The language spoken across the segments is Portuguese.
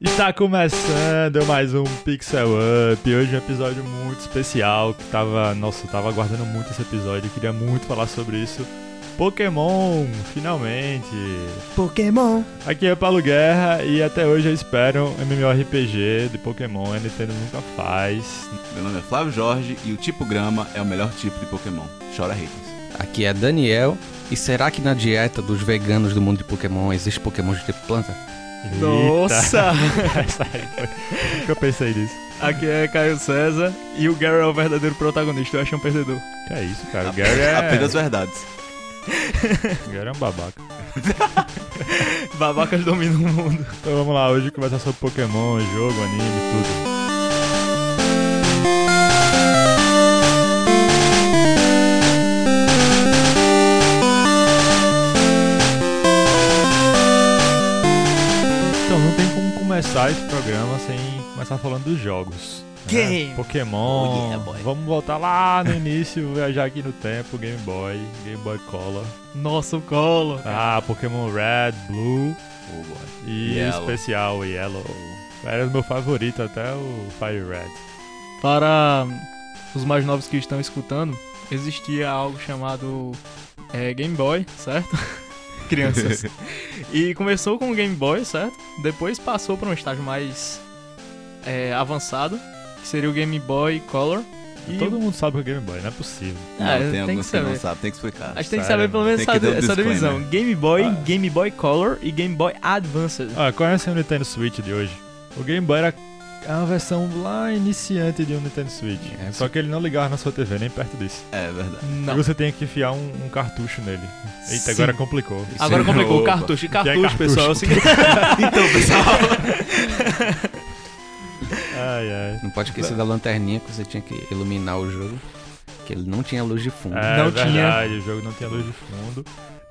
Está começando mais um Pixel Up. E Hoje é um episódio muito especial que tava, nossa, eu tava aguardando muito esse episódio. Eu queria muito falar sobre isso. Pokémon, finalmente. Pokémon. Aqui é Paulo Guerra e até hoje eu espero um MMORPG de Pokémon. A Nintendo nunca faz. Meu nome é Flávio Jorge e o tipo grama é o melhor tipo de Pokémon. Chora haters. Aqui é Daniel. E será que na dieta dos veganos do mundo de Pokémon existe Pokémon de tipo planta? Eita. Nossa! Essa aí foi- Nunca pensei nisso. Aqui é Caio César e o Gary é o verdadeiro protagonista, eu acho um perdedor. Que é isso, cara? O Ape- Gary é, Apenas verdades. o Gary é um babaca. Babacas dominam o mundo. Então vamos lá, hoje conversar sobre Pokémon, jogo, anime, tudo. Então não tem como começar esse programa sem começar falando dos jogos. né? Game. Pokémon. Oh, yeah, boy. Vamos voltar lá no início, viajar aqui no tempo, Game Boy, Game Boy Color. Nossa, o colo. Ah, Pokémon Red, Blue Oh, boy. e Yellow. especial Yellow. Era o meu favorito, até o Fire Red. Para os mais novos que estão escutando, existia algo chamado é, Game Boy, certo? Crianças. e começou com o Game Boy, certo? Depois passou para um estágio mais é, avançado, que seria o Game Boy Color. E Todo mundo sabe o Game Boy, não é possível. Não, Ah, tem tem alguns que que, não saber. sabem, tem que explicar. A gente tem que Sério, saber pelo menos tem que essa, ter um essa disclaimer. divisão. Game Boy, Ah. Game Boy Color e Game Boy Advanced. Ah, conhece o Nintendo Switch de hoje? O Game Boy era é uma versão lá iniciante de um Nintendo Switch. É, Só que ele não ligava na sua TV, nem perto disso. É verdade. E Não. você tem que enfiar um, um cartucho nele. Eita, Sim. agora complicou. Agora Sim. complicou. Opa. Cartucho. E é cartucho, cartucho? pessoal, é o seguinte. então, pessoal. Ai, ai. Não pode esquecer da lanterninha que você tinha que iluminar o jogo, que ele não tinha luz de fundo. É, Não tinha. verdade, o jogo não tinha luz de fundo.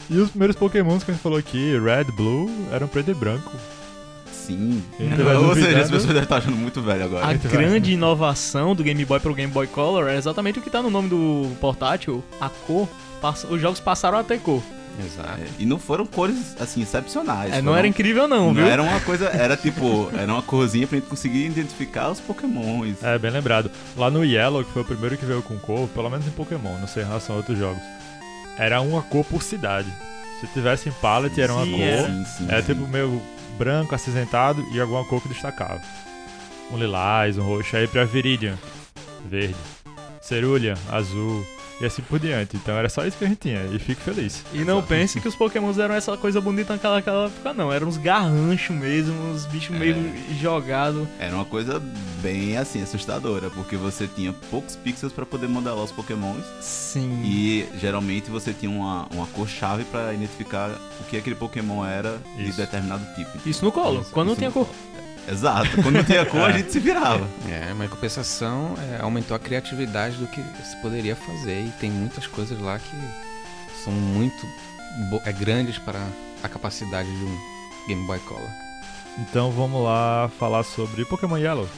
E os primeiros pokémons que a gente falou aqui, Red, Blue, eram preto e branco. Sim. Ele né? tava Ou seja, as duvidando. pessoas devem estar achando muito velho agora. A Muito grande inovação do Game Boy pro Game Boy Color é exatamente o que tá no nome do portátil, a cor. Passa- Os jogos passaram a ter cor. Exato. É, E não foram cores, assim, excepcionais. É, não Foram- era incrível, não, Não viu? era uma coisa, era tipo, era uma corzinha pra gente conseguir identificar os pokémons. É, bem lembrado. Lá no Yellow, que foi o primeiro que veio com cor, pelo menos em Pokémon, não sei em relação a outros jogos, era uma cor por cidade. Se tivesse em Palette, era uma Sim, cor. Sim, sim, Era sim. tipo meio branco, acinzentado e alguma cor que destacava. Um lilás, um roxo. Aí pra Viridian, verde. Cerulha, azul. E assim por diante. Então era só isso que a gente tinha. E fico feliz. E não pense que os pokémons eram essa coisa bonita naquela naquela época, não. Eram uns garranchos mesmo, uns bichos meio jogados. Era uma coisa bem, assim, assustadora, porque você tinha poucos pixels pra poder modelar os pokémons. Sim. E geralmente você tinha uma, uma cor-chave pra identificar o que aquele Pokémon era de Isso. determinado tipo. Isso no colo, Isso, quando não isso tinha no cor. Exato, quando não tinha cor a É. gente se virava. É, mas em compensação é, aumentou a criatividade do que se poderia fazer e tem muitas coisas lá que são muito bo- é, grandes para a capacidade de um Game Boy Color. Então vamos lá falar sobre Pokémon Yellow.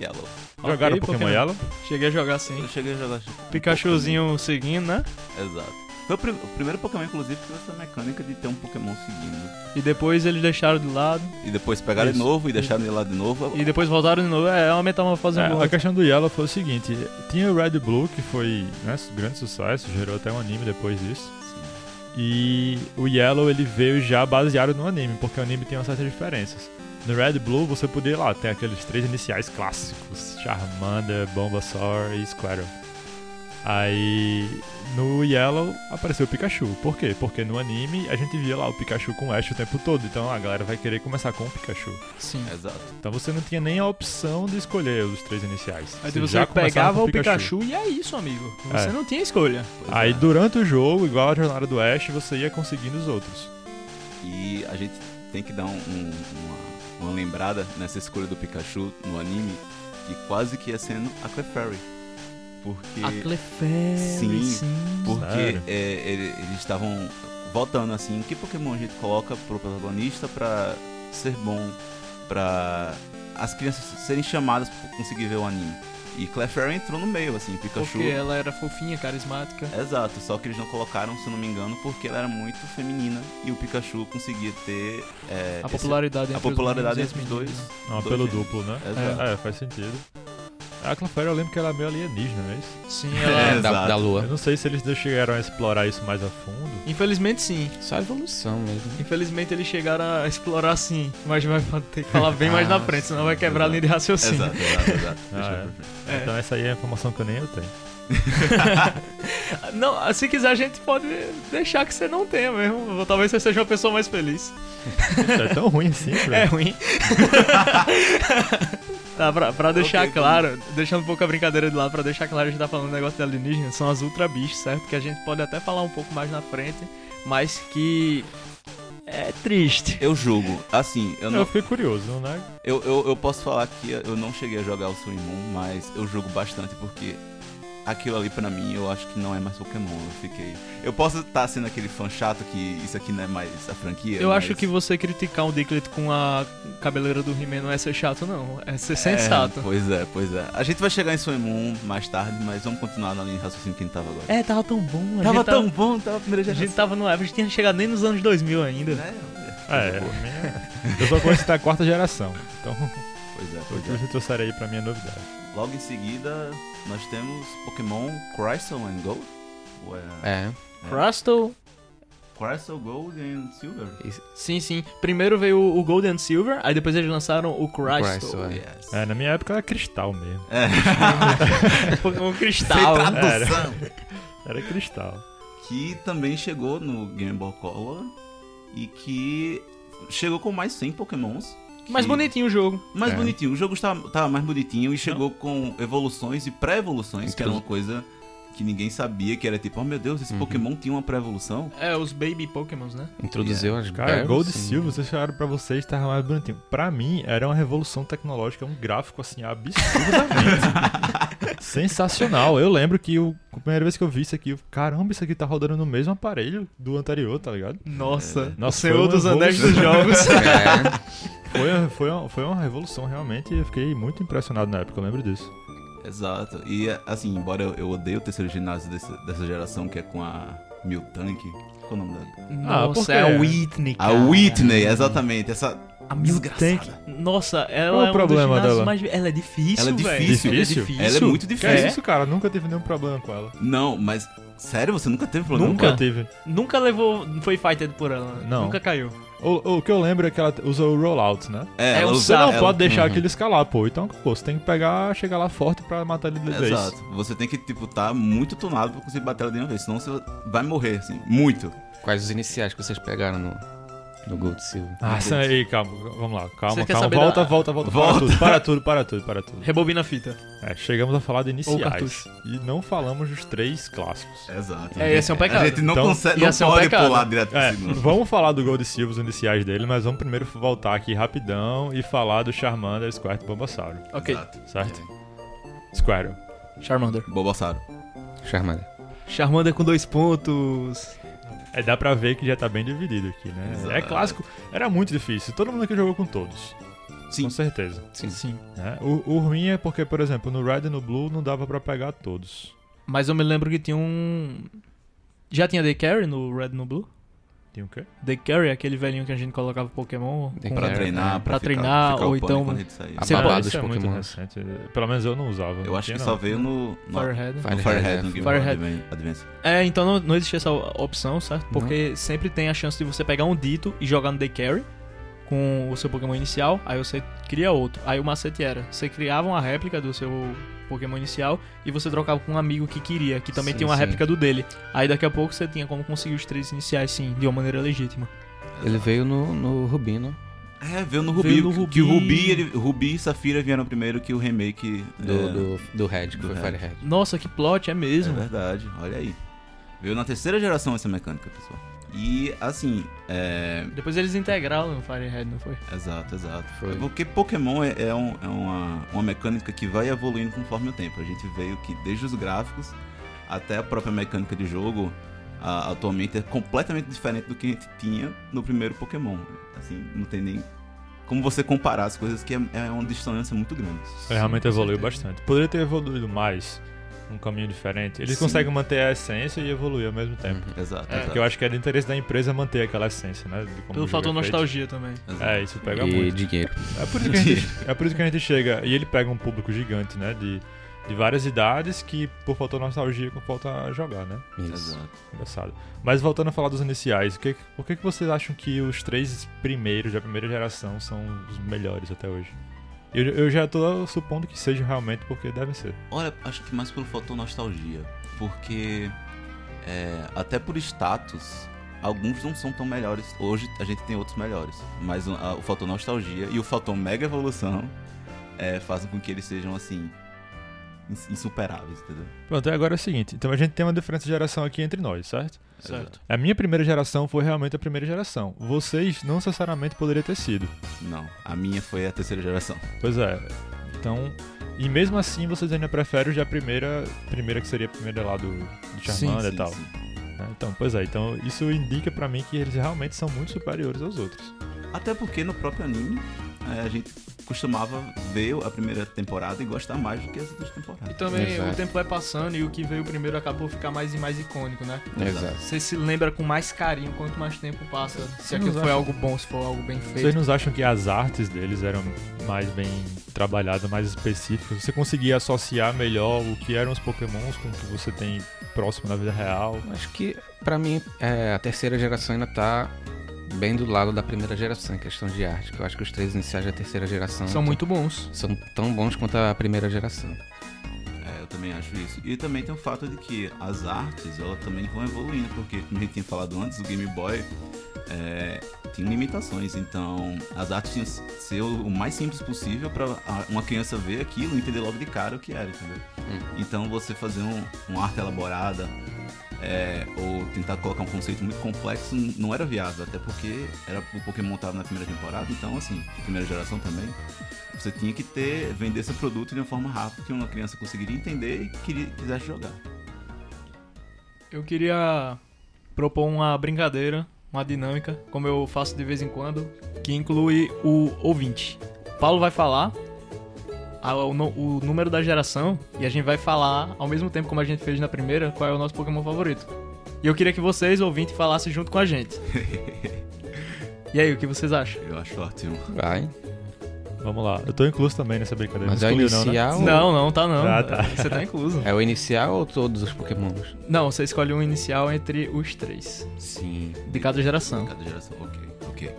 Yellow. Jogaram Ok, Pokémon Pokémon. Yellow? Cheguei a jogar sim. Eu cheguei a jogar. um Pikachuzinho seguindo, né? pouco, né? Exato. Foi o, prim- o primeiro Pokémon, inclusive, que teve essa mecânica de ter um Pokémon seguindo. E depois eles deixaram de lado. E depois pegaram de Isso. novo e deixaram ele lá de novo. E depois voltaram de novo. É, é uma metamorfose É, boa. a questão do Yellow foi o seguinte: tinha o Red e Blue, que foi né, um grande sucesso, gerou até um anime depois disso. E o Yellow ele veio já baseado no anime, porque o anime tem umas certas diferenças. No Red e Blue você podia ir lá, tem aqueles três iniciais clássicos: Charmander, Bombasaur e Squirtle. Aí no Yellow apareceu o Pikachu. Por quê? Porque no anime a gente via lá o Pikachu com o Ash o tempo todo, então a galera vai querer começar com o Pikachu. Sim. Exato. Então você não tinha nem a opção de escolher os três iniciais. Aí Você você já começava pegava com o Pikachu. e é isso, amigo. Você É. não tinha escolha. Pois Aí é. durante o jogo, igual a jornada do Ash, você ia conseguindo os outros. E a gente tem que dar um- um- uma, uma lembrada nessa escolha do Pikachu no anime, que quase que ia sendo a Clefairy. Porque. A Clefairy, Sim, Porque Sério? é, ele- eles estavam voltando assim, que Pokémon a gente coloca pro protagonista pra ser bom, pra as crianças serem chamadas pra conseguir ver o anime. E Clefairy entrou no meio, assim, Pikachu. É, Porque ela era fofinha, carismática. Exato, só que eles não colocaram, se eu não me engano, porque ela era muito feminina e o Pikachu conseguia ter é, A esse- popularidade a entre popularidade os entre os dois. meninos e as meninas, né? É um dois apelo gêneros. duplo, né? Exato. É, faz sentido. A Clefairy eu lembro que ela é meio alienígena, não é isso? Sim, É, ela... da, exato. da Eu lua. não sei se eles chegaram a explorar isso mais a fundo. Infelizmente sim. Só a evolução mesmo. Infelizmente eles chegaram a explorar sim. Mas vai ter que falar bem mais na Ah, frente, senão vai quebrar a exato. linha de raciocínio. Exato, exato, exato. Ah, Deixa é. pra frente. É. Então essa aí é a informação que eu nem eu tenho. Não, se quiser a gente pode deixar que você não tenha mesmo. Talvez você seja uma pessoa mais feliz. Isso é tão ruim assim, É velho. ruim. tá, pra, pra deixar Ok, claro, deixando um pouco a brincadeira de lado, pra deixar claro, a gente tá falando do negócio de alienígena, são as ultra bichos, certo? Que a gente pode até falar um pouco mais na frente, mas que é triste. Eu julgo, assim, eu Eu, não. fiquei curioso, não é? Eu, eu, eu posso falar que eu não cheguei a jogar o Sun e Moon, mas eu jogo bastante porque aquilo ali pra mim eu acho que não é mais Pokémon. Eu fiquei. Eu posso estar sendo aquele fã chato que isso aqui não é mais a franquia. Eu mas- acho que você criticar um Diglett com a cabeleira do He-Man não é ser chato, não. É ser sensato. É, pois é, pois é. A gente vai chegar em Sun e Moon mais tarde, mas vamos continuar na linha de raciocínio que a gente tava agora. É, tava tão bom. né? A tava gente tá tão bom, tava a primeira A gente geração. tava no Average, tinha chegado nem nos anos 2000 ainda. Né? É, Coisa boa. a minha- eu só conheço da quarta geração. Então, Pois é, o que pois é. vocês trouxeram aí pra mim é novidade. Logo em seguida, nós temos Pokémon Crystal and Gold. Ou é... É. Crustle, Crystal, Gold and Silver. Sim, sim. Primeiro veio o Gold and Silver, aí depois eles lançaram o Crystal. Crystal, é. Yes. É, na minha época era cristal mesmo. É. Pokémon Sem Cristal. é. tradução. Era cristal. Que também chegou no Game Boy Color e que chegou com mais 100 pokémons. Mas que- bonitinho o jogo. Mais É. bonitinho. O jogo estava, estava mais bonitinho e chegou com evoluções e pré-evoluções, que era uma coisa que ninguém sabia, que era tipo, oh meu Deus, Uhum. esse Pokémon tinha uma pré-evolução. É, os Baby Pokémons, né? Introduziu as Cara, berries, Gold e assim. Silver, vocês falaram pra vocês, tava mais bonitinho. Pra mim, era uma revolução tecnológica, um gráfico assim, absurdamente sensacional. Eu lembro que o, a primeira vez que eu vi isso aqui, eu, caramba, isso aqui tá rodando no mesmo aparelho do anterior, tá ligado? É. Nossa. Nossa, o foi um Senhor uma dos Anéis dos evolução. Jogos. É. Foi, uma- foi, uma, foi uma revolução, realmente, e eu fiquei muito impressionado na época, eu lembro disso. Exato. E assim, embora eu, eu odeie o terceiro ginásio desse- dessa geração, que é com a Miltank. Qual o nome dela? Ah, por Nossa, quê? é a Whitney, A cara. Whitney, exatamente. Essa A Miltank. desgraçada. Nossa, Qual o ela é um dos problema ginásios dela? mais... Ela é difícil, Ela é velho. difícil. Ela é Difícil? difícil. Ela é muito Que difícil. é isso, cara? Nunca tive nenhum problema com ela. Não, mas. Sério, você nunca teve problema? Nunca com tive. Nunca levou... Foi fighted por ela. né? Não. Nunca caiu. O, o que eu lembro é que ela usa o rollout, né? ela? É, É ela um usa- Você não ela- pode deixar Uhum. aquilo escalar, pô. Então, pô, você tem que pegar, chegar lá forte pra matar ele de vez. Exato. Você tem que, tipo, tá muito tunado pra conseguir bater ela de uma vez. Senão você vai morrer, assim. Muito. Quais os iniciais que vocês pegaram no, no Gold e Silver? Ah, Sam, ei, calma, vamos lá, calma, Você quer calma. saber Volta, da- volta, volta, Volta. Para tudo, para tudo, para tudo, para tudo. Rebobina a fita. É, chegamos a falar de Ou iniciais. cartucho. E não falamos dos três clássicos. Exato. É, esse é um pecado. A gente não Então, consegue, ia não ser um pode pecado. pular direto pro É, segundo. vamos falar do Gold Silver, os iniciais dele, mas vamos primeiro voltar aqui rapidão e falar do Charmander Squirtle Bombasauro, Ok. Exato. certo? É. Squirtle. Charmander. Bobossauro. Charmander. Charmander com dois pontos. É, dá pra ver que já tá bem dividido aqui, né? Exato. É clássico, era muito difícil, todo mundo aqui jogou com todos, Sim. com certeza. Sim. Sim. né? O, o ruim é porque, por exemplo, no Red e no Blue não dava pra pegar todos. Mas eu me lembro que tinha um. Já tinha Day Carry no Red no Blue? Tem o quê? Day Carry, é aquele velhinho que a gente colocava Pokémon. Day Pra É, treinar, é. pra, Pra ficar, treinar, ficar ou upando então- quando ele sair. A Sei lá, babá isso dos é muito Pokémon. recente. Pelo menos eu não usava. Eu não acho que tinha, só não. veio no. no... Firehead. Vai. No Firehead, Firehead, é. no Game Boy Firehead. Advan- Advance. É, então não, não existe essa opção, certo? Porque sempre tem a chance de você pegar um dito e jogar no Day Carry com o seu Pokémon inicial, aí você cria outro. Aí o macete era, você criava uma réplica do seu Pokémon inicial e você trocava com um amigo que queria, que também Sim, tinha uma sim. réplica do dele. Aí daqui a pouco você tinha como conseguir os três iniciais, sim, de uma maneira legítima. Ele veio no, no Rubino. É, veio no Rubi. Veio no Que o Rubi. Rubi, ele, Rubi e Safira vieram primeiro que o remake Do, é, do, do Red, que Do foi Red. Firehead. Nossa, que plot, é É né? mesmo. verdade, olha aí. Veio na terceira geração essa mecânica, pessoal. E assim, é. Depois eles integraram no Firehead, não foi? Exato, exato. Foi. Porque Pokémon é, é um- é uma, uma mecânica que vai evoluindo conforme o tempo. A gente veio que desde os gráficos até a própria mecânica de jogo, a- atualmente é completamente diferente do que a gente tinha no primeiro Pokémon. Assim, não tem nem como você comparar as coisas, que é, é uma distância muito grande. É, realmente com né? evoluiu certeza. bastante. Poderia ter evoluído mais, um caminho diferente. Eles Sim. conseguem manter a essência e evoluir ao mesmo tempo. Uhum. Exato, É, Porque exato. eu acho que é do interesse da empresa manter aquela essência, né? de como o Pelo jogo fator é feito. nostalgia também. exato. É, isso pega e muito. dinheiro. É por, isso que a gente, é por isso que a gente chega. E ele pega um público gigante, né? De, de várias idades que, por falta de nostalgia, falta a jogar, né? Isso. Exato. Engraçado. Mas voltando a falar dos iniciais, o que, por que, que vocês acham que os três primeiros da primeira geração são os melhores até hoje? Eu, eu já tô supondo que sejam realmente, porque devem ser. Olha, acho que mais pelo fator nostalgia. Porque, é, até por status, alguns não são tão melhores. Hoje a gente tem outros melhores. Mas o, a- o fator nostalgia e o fator mega evolução é, fazem com que eles sejam, assim, ins- insuperáveis, entendeu? Pronto, e agora é o seguinte. Então a gente tem uma diferença de geração aqui entre nós, certo? Certo. A minha primeira geração foi realmente a primeira geração. Vocês não necessariamente poderiam ter sido. Não, a minha foi a terceira geração. Pois é. Então. E mesmo assim vocês ainda preferem já a primeira. Primeira que seria a primeira lá do, do Charmander e tal. sim. né? Então, pois é, então isso indica pra mim que eles realmente são muito superiores aos outros. Até porque no próprio anime, é, a gente costumava ver a primeira temporada e gostar mais do que as outras E temporadas. também Exato. o tempo vai passando e o que veio primeiro acabou ficar mais e mais icônico, né? Exato. Você se lembra com mais carinho quanto mais tempo passa. Se não aquilo foi acha- algo bom, se for algo bem Vocês feito. não acham que as artes deles eram mais bem trabalhadas, mais específicas? Você conseguia associar melhor o que eram os pokémons com o que você tem próximo na vida real? Acho que, pra mim, é, a terceira geração ainda tá bem do lado da primeira geração em questão de arte. Que eu acho que os três iniciais da terceira geração São muito bons. são tão bons quanto a primeira geração. É, eu também acho isso. E também tem o fato de que as artes, elas também vão evoluindo, porque, como a gente tinha falado antes, o Game Boy é, tinha limitações. Então, as artes tinham que ser o mais simples possível para uma criança ver aquilo e entender logo de cara o que era, entendeu? Então, você fazer um, uma arte elaborada é, ou tentar colocar um conceito muito complexo n- não era viável, até porque era o Pokémon tava na primeira temporada, então, assim, primeira geração também. Você tinha que ter, vender seu produto de uma forma rápida que uma criança conseguiria entender e queria, quisesse jogar. Eu queria propor uma brincadeira, uma dinâmica, como eu faço de vez em quando, que inclui o ouvinte. Paulo vai falar a- o, nu- o número da geração e a gente vai falar, ao mesmo tempo como a gente fez na primeira, qual é o nosso Pokémon favorito. E eu queria que vocês, ouvintes, falassem junto com a gente. e aí, o que vocês acham? Eu acho ótimo. Vai. Vamos lá. Eu tô incluso também nessa brincadeira. Mas não é o excluiu, não, né? inicial. Não, não, tá não. Ah, tá. Você tá incluso. É o inicial ou todos os pokémons? Não, você escolhe um inicial entre os três, Sim. de cada geração. Cada geração. Ok, ok.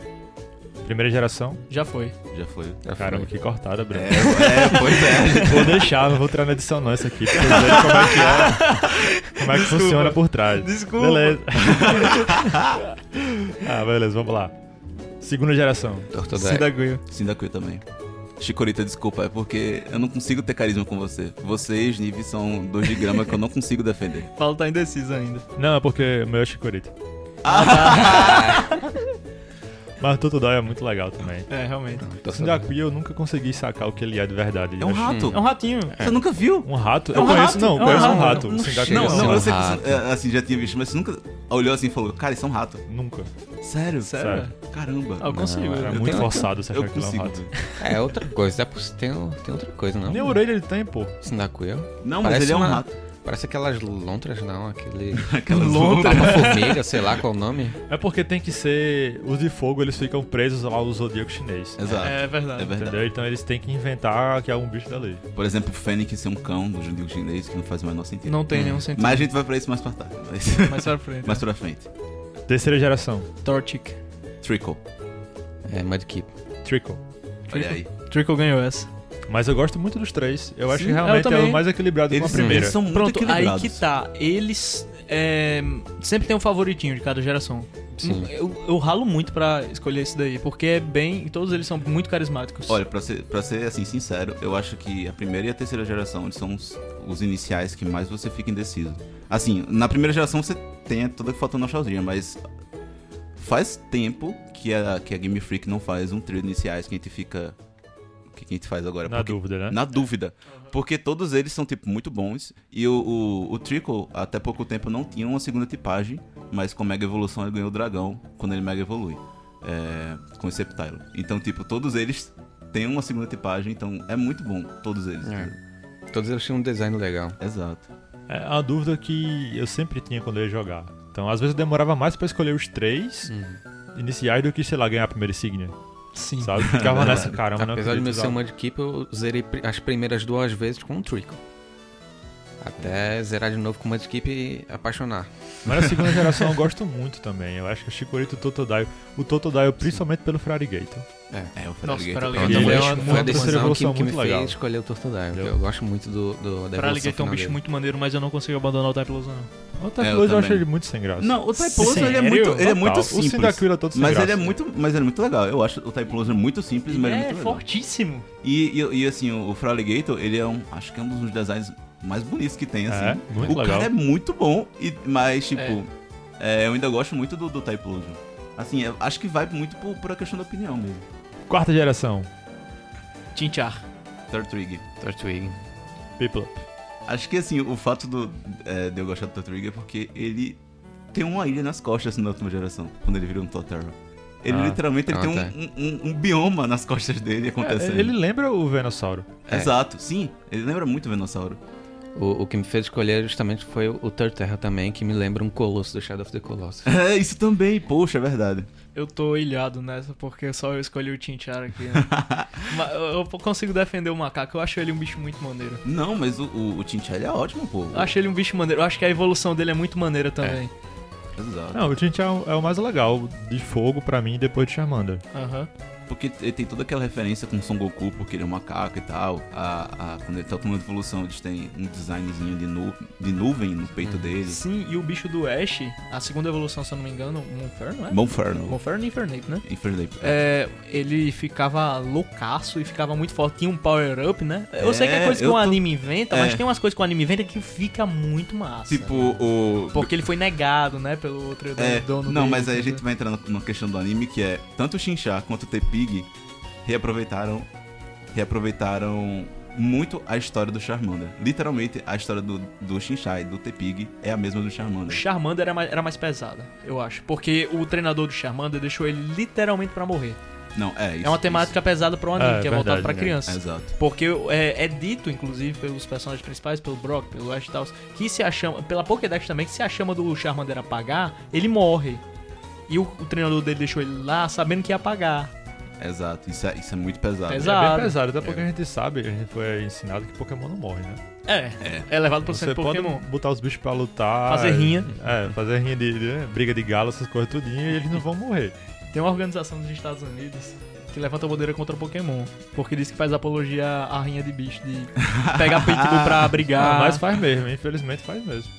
Primeira geração? Já foi. Já foi. Já Caramba, foi. que cortada, É, Branco. é, pois é. Vou deixar, não vou entrar na edição não essa aqui, pra vocês verem como é que é. Como é que Desculpa. funciona por trás. Desculpa. Beleza. ah, beleza, vamos lá. Segunda geração. Tortodile. Sindaguio. Sindacuia é. também. Chicorita, desculpa, é porque eu não consigo ter carisma com você. Vocês, Nive, são dois de grama que eu não consigo defender. Paulo tá indeciso ainda. Não, é porque o meu é Chikorita. Ah. Mas o Totodile é muito legal também. É, realmente. Não, O Tortodile. Sindacuia eu nunca consegui sacar o que ele é de verdade. É um Acho- rato. É um ratinho. Você nunca viu? Um rato? É eu um conheço, rato. não, É um conheço um rato. rato. Não O Sindacuia é chega Não, um ser não, um eu sei que rato. você, é, assim, já tinha visto, mas você nunca olhou assim e falou, cara, isso é um rato. Nunca. Sério? Sério? Sério. Caramba. Ah, eu consigo. é. Era Eu muito tenho- forçado você achar eu que ele é um consigo. rato. É outra coisa. É poss- Tem, tem outra coisa, não? Nem orelha ele tem, pô. Sindacuia. Não, mas Parece ele é um uma- rato. Parece aquelas lontras, não. Aquele... Aquelas Lontra. Uma formiga, sei lá qual o nome. É porque tem que ser. Os de fogo eles ficam presos ao zodíaco chinês. Exato. É verdade. É verdade. Entendeu? Então eles têm que inventar que é um bicho da lei. Por exemplo, o Fênix é um cão do judeu chinês que não faz o menor sentido. Não tem nenhum sentido. É. Mas a gente vai pra isso mais pra tarde. Mas... Mais pra frente. mais pra frente. Terceira geração, Torchic. Trickle. É, Mudkip. Trickle. Olha aí. Trickle ganhou essa. Mas eu gosto muito dos três. Eu acho Sim, que eu realmente é também. o mais equilibrado com a primeira. eles são muito Pronto, aí equilibrados. que tá. Eles é, sempre tem um favoritinho de cada geração. Hum, Sim. É. Eu, eu ralo muito pra escolher esse daí, porque é bem. Todos eles são muito carismáticos. Olha, pra ser, pra ser assim sincero, eu acho que a primeira e a terceira geração eles são os, os iniciais que mais você fica indeciso. Assim, na primeira geração você tem toda a falta nostalgia, mas faz tempo que a, que a Game Freak não faz um trio de iniciais que a gente fica. O que que a gente faz agora? Na Porque- dúvida, né? Na dúvida. Porque todos eles são, tipo, muito bons. E o, o, o Trickle, até pouco tempo, não tinha uma segunda tipagem. Mas com Mega Evolução ele ganhou o dragão quando ele Mega Evolui. é, com o Sceptile. Então, tipo, todos eles têm uma segunda tipagem, então é muito bom, todos eles. É. Todos eles tinham um design legal. Exato. É uma dúvida que eu sempre tinha quando eu ia jogar. Então, às vezes eu demorava mais pra escolher os três iniciais do que, sei lá, ganhar a primeira insígnia, Sim. sabe? Ficava nessa, caramba, não Apesar de acredito, meu ser sabe? um mudkip, eu zerei pri- as primeiras duas vezes com o Trickle. Até zerar de novo com o mudkip e apaixonar. Mas a segunda geração eu gosto muito também. Eu acho que o Chikorita e o Totodile. O Totodile, principalmente pelo Frarigator. É, o Nossa, Feraligatr. Feraligatr. Foi Ele é uma- uma- foi uma a decisão que, evolução que me muito legal. fez escolher o Tortodile. Entendeu? Eu gosto muito do, do, da evolução Paraligator é um final bicho dele. muito maneiro, mas eu não consigo abandonar o Type Loser, não. O Typhlosion É, eu, eu acho também. ele muito sem graça. Não, o Typoloso ele é Sério? muito, ele é Total. muito O simples. Sindacuil é todo sem Mas ele, graça. é muito, mas ele é muito legal. Eu acho o Typoloso muito simples, mas ele é é, muito legal. fortíssimo. E, e, e, assim, o Fraligator, ele é um. Acho que é um dos designs mais bonitos que tem, assim. É, muito o legal. cara é muito bom, e, mas, tipo, é, eu ainda gosto muito do, do Typolosion. Assim, eu acho que vai muito por, por a questão da opinião mesmo. Quarta geração, Tinchar. Turtwig. Tortwig. People. Acho que, assim, o fato do, é, de eu gostar do Turtwig é porque ele tem uma ilha nas costas assim, na última geração, quando ele vira um Totterra. Ele Ah. É, literalmente ele Ah, tem um- tá. um, um- um bioma nas costas dele acontecendo. ele lembra o Venossauro. É. Exato, sim. Ele lembra muito o Venossauro. O, o que me fez escolher justamente foi o, o Torterra também, que me lembra um Colosso do Shadow of the Colossus. É, isso também, poxa, é verdade. Eu tô ilhado nessa, porque só eu escolhi o Tinchar aqui, né? Mas eu eu consigo defender o macaco, eu acho ele um bicho muito maneiro. Não, mas o, o, o Tintelli é ótimo, pô. Eu acho ele um bicho maneiro, eu acho que a evolução dele é muito maneira também. Exato. Não, o Tintin é o é o mais legal de fogo pra mim depois de Charmander. É É. Aham. Porque ele tem toda aquela referência com Son Goku, porque ele é um macaco e tal. A, a- quando ele tá tomando evolução, eles têm um designzinho de, nu, de nuvem no peito Hum. dele. Sim, e o bicho do Ash, a segunda evolução, se eu não me engano, Monferno, é? Monferno. Monferno e Infernape, né? Infernape. É, ele ficava loucaço e ficava muito forte. Tinha um power-up, né? Eu sei que é É, coisa que eu o tô- anime inventa, mas É. tem umas coisas que o anime inventa que fica muito massa. né? Tipo, o... é. Porque ele foi negado, né, pelo outro É, dono não, dele, mas aí a entendeu? gente vai entrar no- numa questão do anime, que é... Tanto o Shincha quanto o Tepig reaproveitaram... Reaproveitaram muito a história do Charmander. Literalmente, a história do, do Shincha e do Tepig é a mesma do O Charmander. Charmander era mais, era mais pesada, eu acho. Porque o treinador do Charmander deixou ele literalmente pra morrer. Não, é isso. é uma temática pesada pra um anime, É, que é voltado verdade, pra né? isso. criança. É, Exato. Porque é, é dito, inclusive, pelos personagens principais, pelo Brock, pelo Ash e tal, que se a chama, pela Pokédex também, que se a chama do Charmander apagar, ele morre. E o, o treinador dele deixou ele lá sabendo que ia apagar. Exato, isso é, isso é muito pesado. Pesado. É Exato. bem pesado, até porque a gente sabe, a gente foi ensinado que Pokémon não morre, né? É, é, levado pro Você centro pode Pokémon. botar os bichos pra lutar. Fazer rinha. É, fazer rinha de de- briga de galo, essas coisas tudinho, e eles não vão morrer. Tem uma organização dos Estados Unidos que levanta a bandeira contra o Pokémon, porque diz que faz apologia à rainha de bicho, de pegar Pitbull pra brigar. Mas faz mesmo, infelizmente faz mesmo.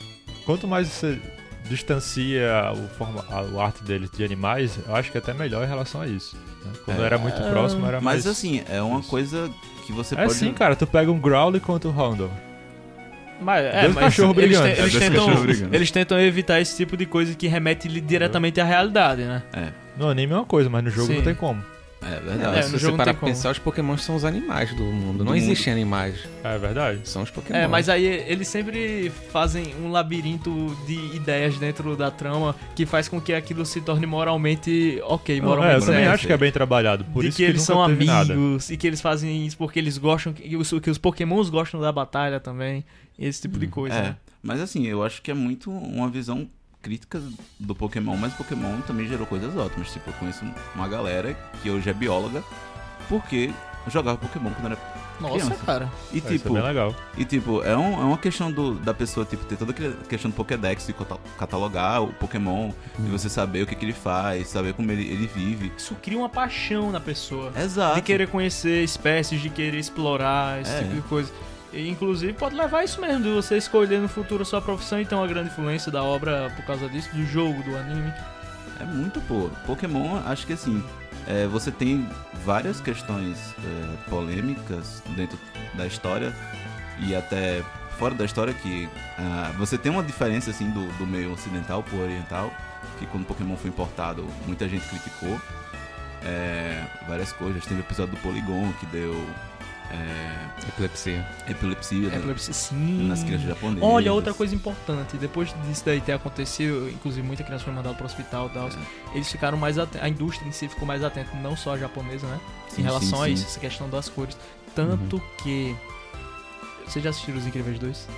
Quanto mais você distancia o, forma, a- o arte deles de animais, eu acho que é até melhor em relação a isso. né? Quando É. era muito Ah, próximo, era mais. Mas assim, é uma coisa que você É pode. sim, cara, tu pega um Growlite contra o Houndour. Mas, é, Dois mas cachorros eles, brigando. te- eles É, dois cachorros tentam, brigando. eles tentam evitar esse tipo de coisa que remete li- diretamente à realidade, né? No anime é uma coisa, mas no jogo Sim. não tem como. É Não, verdade. É, se no você jogo não parar tem pra como. pensar, os pokémons são os animais do mundo. Do não mundo. existem animais. É verdade. São os pokémons. É, mas aí eles sempre fazem um labirinto de ideias dentro da trama que faz com que aquilo se torne moralmente ok, Não, é, eu moralmente também correto. acho que é bem trabalhado. Por de isso que eles nunca são teve amigos nada. e que eles fazem isso porque eles gostam, que os, que os pokémons gostam da batalha também, esse tipo de coisa, É, né? Mas assim, eu acho que é muito uma visão crítica do Pokémon, mas Pokémon também gerou coisas ótimas. Tipo, eu conheço uma galera que hoje é bióloga porque jogava Pokémon quando era. Nossa, criança. cara. E É, isso é tipo, bem legal. e, tipo é, um- é uma questão do- da pessoa, tipo, ter toda aquela questão do Pokédex, de cata- catalogar o Pokémon, de você saber o que, que ele faz, saber como ele, ele vive. Isso cria uma paixão na pessoa. Exato. De querer conhecer espécies, de querer explorar, esse É. tipo de coisa. E, inclusive, pode levar isso mesmo, de você escolher no futuro a sua profissão e ter uma grande influência da obra por causa disso, do jogo, do anime. É muito, pô. Pokémon, acho que assim, é, você tem várias questões é, polêmicas dentro da história e até fora da história que ah, você tem uma diferença assim do, do meio ocidental pro oriental, que quando Pokémon foi importado, muita gente criticou é, várias coisas. Teve o episódio do Polygon que deu é, Epilepsia. epilepsia, né, Epilepsia, sim. nas crianças japonesas. Olha, outra coisa importante, depois disso daí ter acontecido, inclusive muita criança foi mandada para o hospital e É. tal, eles ficaram mais atenta, a indústria em si ficou mais atenta, não só a japonesa, né? Sim, em relação sim, a sim. Uhum. isso, essa questão das cores. Tanto que. Vocês já assistiram Os Incríveis 2?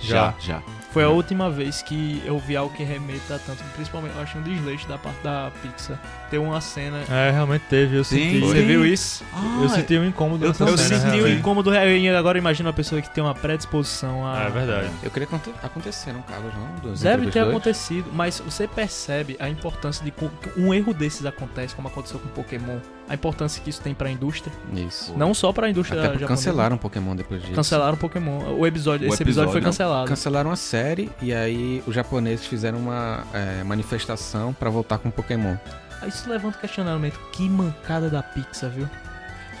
Já, já. Foi a Já. última vez que eu vi algo que remeta tanto, principalmente, eu achei um desleixo da parte da Pixar. Ter uma cena. É, realmente teve. Eu senti, Sim, Você Foi. viu isso? eu senti um incômodo eu nessa Eu também. cena. senti o realmente. incômodo real. E agora imagina uma pessoa que tem uma predisposição a. É verdade. Eu queria que aconte- aconteceram casos, não? É. Dos Deve Incríveis ter dois. acontecido, mas você percebe a importância de co- que um erro desses acontece, como aconteceu com Pokémon, a importância que isso tem pra indústria, Isso. não só pra indústria Até porque japonesa. cancelaram Pokémon depois disso. Cancelaram Pokémon. O episódio, O esse episódio, foi episódio, né? cancelado. Cancelaram a série e aí os japoneses fizeram uma é, manifestação pra voltar com Pokémon. Aí Ah, Isso levanta o questionamento, que mancada da Pixar, viu?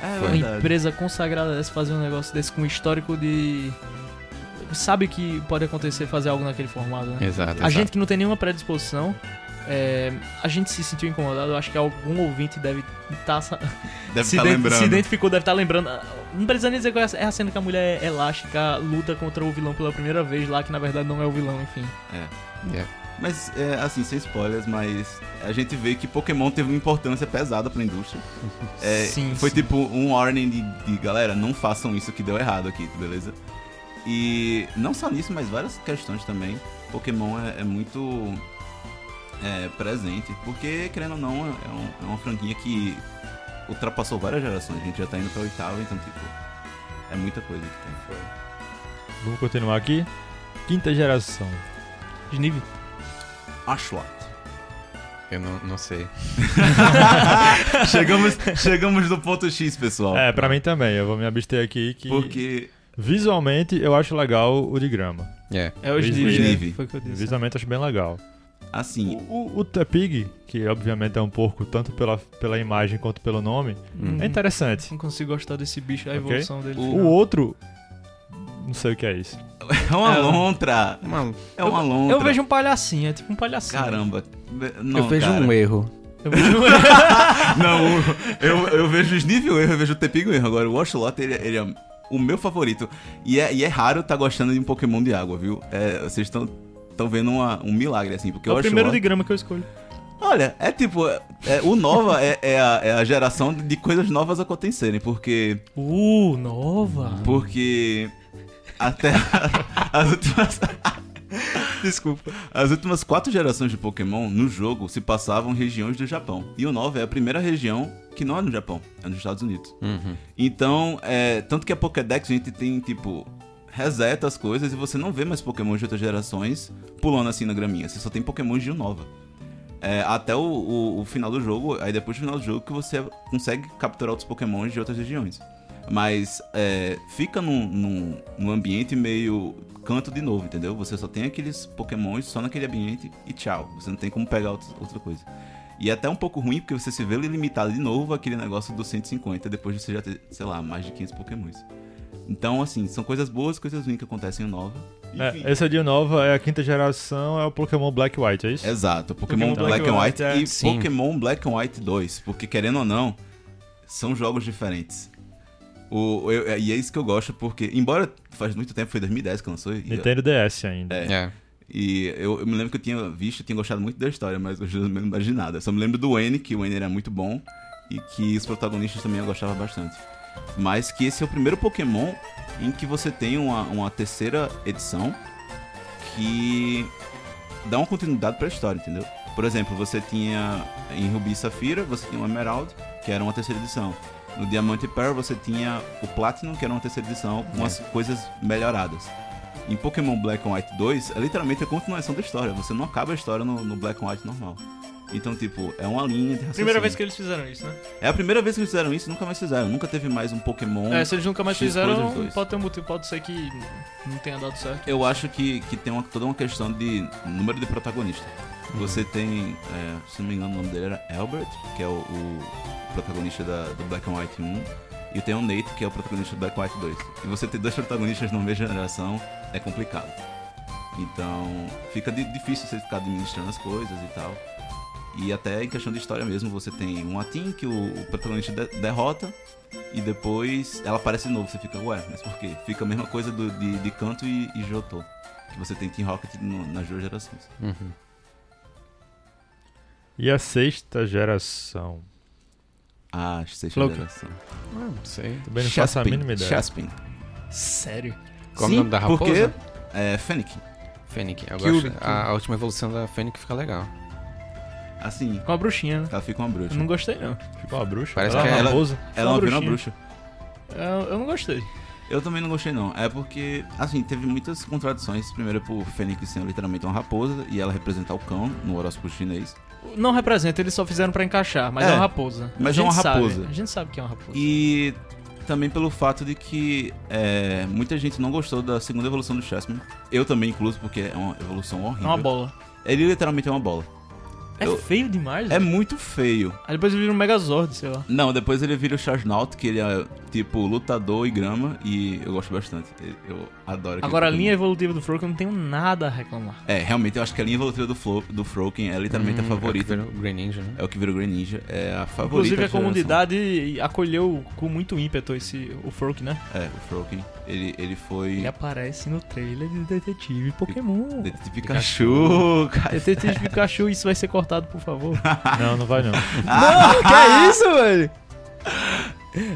É Foi. Uma verdade. empresa consagrada dessa fazer um negócio desse com histórico de sabe que pode acontecer fazer algo naquele formato, né? Exato. A gente que não tem nenhuma predisposição, é, a gente se sentiu incomodado. Eu acho que algum ouvinte deve tá estar Deve se, estar ident- lembrando. se identificou, deve estar lembrando. Ah, Não precisa nem dizer qual é a- é a cena que a mulher elástica luta contra o vilão pela primeira vez lá, que na verdade não é o vilão, enfim. Mas, é, assim, sem spoilers, mas a gente vê que Pokémon teve uma importância pesada pra indústria. É, Sim, Foi sim. tipo um warning de, de, galera, não façam isso que deu errado aqui, beleza? E não só nisso, mas várias questões também. Pokémon é, é muito é, presente, porque, querendo ou não, é, um- é uma franquia que ultrapassou várias gerações. A gente já tá indo pra oitava, então, tipo, é muita coisa que tem. Vamos continuar aqui. Quinta geração. tipo- Genive? Ashlot. Eu não, não sei. chegamos, chegamos no ponto X, pessoal. É, pra mim também. Eu vou me abster aqui que Porque visualmente eu acho legal o de grama. É. É o Genive, Genive. Genive. é. Foi o que eu disse. Visualmente eu acho bem legal. O, Assim, o, o Tepig, que obviamente é um porco tanto pela, pela imagem quanto pelo nome, Hum. Uhum. é interessante. Não consigo gostar desse bicho, a Ok. evolução dele. O outro, não sei o que é isso. é uma É. lontra. Uma- É uma lontra. Eu vejo um palhacinho, é tipo um palhacinho. Caramba. Não, eu vejo cara. um erro. Eu vejo É Não, o- eu, eu vejo os níveis erro, eu vejo o Tepigo erro. Agora, o Ocelot, ele, ele é o meu favorito. E é, e é raro tá gostando de um Pokémon de água, viu? É, vocês estão estão vendo uma- um milagre, assim, porque é o o primeiro Ocelot... de grama que eu escolho. Olha, é tipo... é- é- o Nova é, é a, é a geração de coisas novas acontecerem, porque... Uh, nova. Porque... Até as últimas... Desculpa. As últimas quatro gerações de Pokémon no jogo se passavam em regiões do Japão. E o 9 é a primeira região que não é no Japão, é nos Estados Unidos. Uhum. Então, é, tanto que a Pokédex a gente tem, tipo, reseta as coisas e você não vê mais Pokémon de outras gerações pulando assim na graminha. Você só tem Pokémon de um nova. É, até o, o- o final do jogo, aí depois do final do jogo que você consegue capturar outros Pokémon de outras regiões. Mas é, fica num, num- num ambiente meio canto de novo, entendeu? Você só tem aqueles Pokémon só naquele ambiente e tchau. Você não tem como pegar outra, outra coisa. E é até um pouco ruim porque você se vê limitado de novo aquele negócio dos 150 depois de você já ter, sei lá, mais de 500 Pokémons. Então, assim, são coisas boas, coisas ruins que acontecem em Nova. Enfim. É, esse é de nova, é a quinta geração, é o Pokémon Black White, é isso? Exato, Pokémon, Pokémon Black, Black and and White, White, é. e Sim. Pokémon Black and White 2, porque querendo ou não, são jogos diferentes. O, eu- e é isso que eu gosto, porque, embora faz muito tempo, foi 2010 que lançou, e, Nintendo DS ainda. É. É. e eu, eu me lembro que eu tinha visto, eu tinha gostado muito da história, mas hoje eu não lembro mais de nada. Eu só me lembro do N, que o N era muito bom, e que os protagonistas também eu gostava bastante. Mas que esse é o primeiro Pokémon em que você tem uma, uma terceira edição que dá uma continuidade pra história, entendeu? Por exemplo, você tinha em Rubi e Safira, você tinha o Emerald, que era uma terceira edição. No Diamante e Pearl você tinha o Platinum, que era uma terceira edição, com É. umas coisas melhoradas. Em Pokémon Black and White 2, é literalmente a continuação da história. Você não acaba a história no, no Black and White normal. Então, tipo, é uma linha de Primeira raciocínio. vez que eles fizeram isso, né? É a primeira vez que eles fizeram isso e nunca mais fizeram. Nunca teve mais um Pokémon. É, se eles nunca mais X coisa fizeram, dos dois. pode ter um motivo, pode ser que não tenha dado certo. Eu acho que, que tem uma- toda uma questão de número de protagonista. Você tem, é, se não me engano, o nome dele era Albert, que é o, o protagonista da, do Black and White 1. E tem o Nate, que é o protagonista do Black and White 2. E você ter dois protagonistas na mesma geração é complicado. Então, fica di- difícil você ficar administrando as coisas e tal. E até em questão de história mesmo, você tem um atim que o, o protagonista de- derrota e depois ela aparece de novo. Você fica, ué, mas por quê? Fica a mesma coisa do, de, de canto e, e Jotô, que você tem Team Rocket no- nas duas gerações. Uhum. E a sexta geração? Ah, sexta Flow- geração. Ah, não sei. Também não faço a mínima ideia. Chaspin. Sério? Qual é o nome da porque raposa? é Fennec. Fennec. Eu Cube, gosto. A, a última evolução da Fennec fica legal. Assim, Com a bruxinha, né? ela fica uma bruxa. Eu não gostei, não. Ficou uma bruxa? Parece ela que é uma ela- raposa. Ela é uma Uma virou uma bruxa. bruxinha. Eu, eu não gostei. Eu também não gostei, não. É porque, assim, teve muitas contradições. Primeiro, é por Fênix ser literalmente uma raposa e ela representar o cão no horóscopo chinês. Não representa, eles só fizeram pra encaixar, mas é, É, uma raposa. mas A é uma gente sabe, raposa. A gente sabe que é uma raposa. E também pelo fato de que é, muita gente não gostou da segunda evolução do Chessman. Eu também, incluso, porque é uma evolução É horrível. uma bola. Ele literalmente é uma bola. É Eu- feio demais. né? É muito feio. Aí depois vira um Megazord, sei lá. Não, depois ele vira o Chargnaut, que ele é tipo lutador e grama, e eu gosto bastante. Eu adoro aquele Agora a linha Pokémon. evolutiva do Froak eu não tenho nada a reclamar. É, realmente eu acho que a linha evolutiva do, Flo, do Froakin é literalmente Hum, a favorita. é o que virou o Green Ninja, né? É o que virou Green Ninja, é a favorita. Inclusive a geração. comunidade acolheu com muito ímpeto esse, o Froak, né? É, o Froakin, ele, ele foi. Ele é aparece no trailer de Detetive Pokémon. Detetive Pikachu. Pikachu, cara. Detetive Pikachu, isso vai ser cortado, por favor. Não, não vai não. Não, que é isso, velho?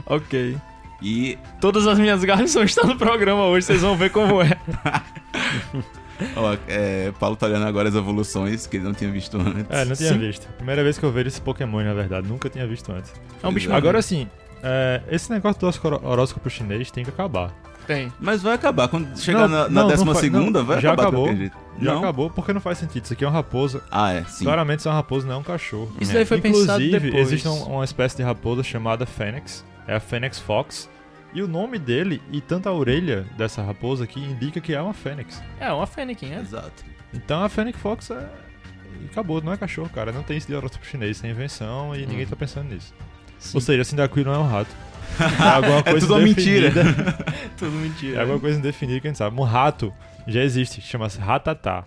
ok. E, Todas as minhas garçons estão no programa hoje, vocês vão ver como é. ó, é, Paulo tá olhando agora as evoluções que ele não tinha visto antes. É, não tinha Sim. visto. Primeira vez que eu vejo esse Pokémon, na verdade. Nunca tinha visto antes. É um bicho Exato. Agora sim, é, esse negócio do horosco- horóscopo chinês tem que acabar. Tem. Mas vai acabar. Quando chegar Não, na, não, na não décima fa- segunda, não, vai já acabar. de acabou. qualquer jeito. Já não? acabou porque não faz sentido. Isso aqui é uma raposa. Ah, é, sim. Claramente isso é uma raposa, não é um cachorro. Isso daí foi pensado Inclusive, depois. existe um- uma espécie de raposa chamada Fênix. É a Fênix Fox. E o nome dele e tanto a orelha dessa raposa aqui indica que é uma Fênix. É, uma Fennekin, né? Exato. Então a Fênix Fox é. e Acabou, não é cachorro, cara. Não tem esse de horóscopo chinês, isso é invenção e ninguém tá pensando nisso. Ou seja, assim daqui não é um rato. É, alguma É tudo uma indefinida. mentira. tudo É mentira. alguma coisa indefinida que a gente sabe. Um rato já existe, chama-se ratatá.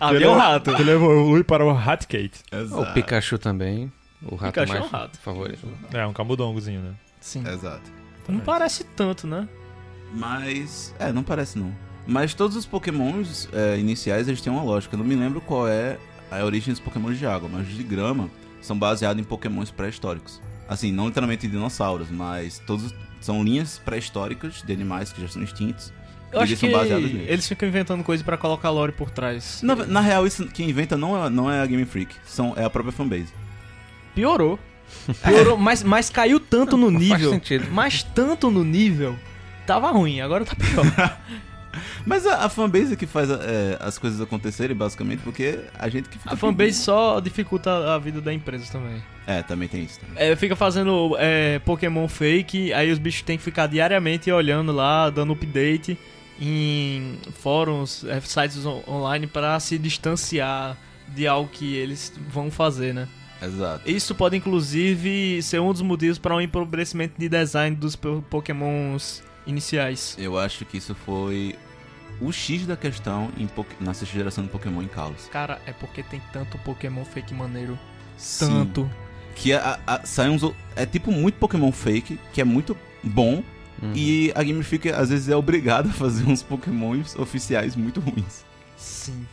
Havia um rato. Que ele evolui para o Ratcate. O Pikachu também. O rato Pikachu é mais um rato. favorito. É, um camundongozinho, né? Sim. Exato. Não parece tanto, né? Mas. É, não parece não. Mas todos os pokémons é, iniciais eles têm uma lógica. Eu Não me lembro qual é a origem dos pokémons de água, mas os de grama são baseados em pokémons pré-históricos. Assim, não literalmente em dinossauros, mas todos são linhas pré-históricas de animais que já são extintos. Eu acho eles que são baseados nisso. eles ficam inventando coisa pra colocar lore por trás. Na, na real, isso quem inventa não é, não é a Game Freak, são, é a própria fanbase. Piorou. Piorou, mas, mas caiu tanto no Não faz nível. Hum. sentido. Mas tanto no nível. Tava ruim, agora tá pior. Mas a, a fanbase que faz é, as coisas acontecerem, basicamente, porque a gente que fica. A fanbase só dificulta a vida da empresa também. É, também tem isso. também. É, fica fazendo é, Pokémon fake, aí os bichos têm que ficar diariamente olhando lá, dando update em fóruns, é, sites on- online pra se distanciar de algo que eles vão fazer, né? Exato. Isso pode inclusive ser um dos motivos para um empobrecimento de design dos po- Pokémons iniciais. Eu acho que isso foi o X da questão em Pok- na sexta geração do Pokémon em Kalos. Cara, é porque tem tanto Pokémon fake maneiro. Sim. Tanto. Que a, a, sai uns. o- É tipo muito Pokémon fake, que é muito bom. Uhum. E a Game Freak às vezes é obrigada a fazer uns Pokémons oficiais muito ruins. Sim.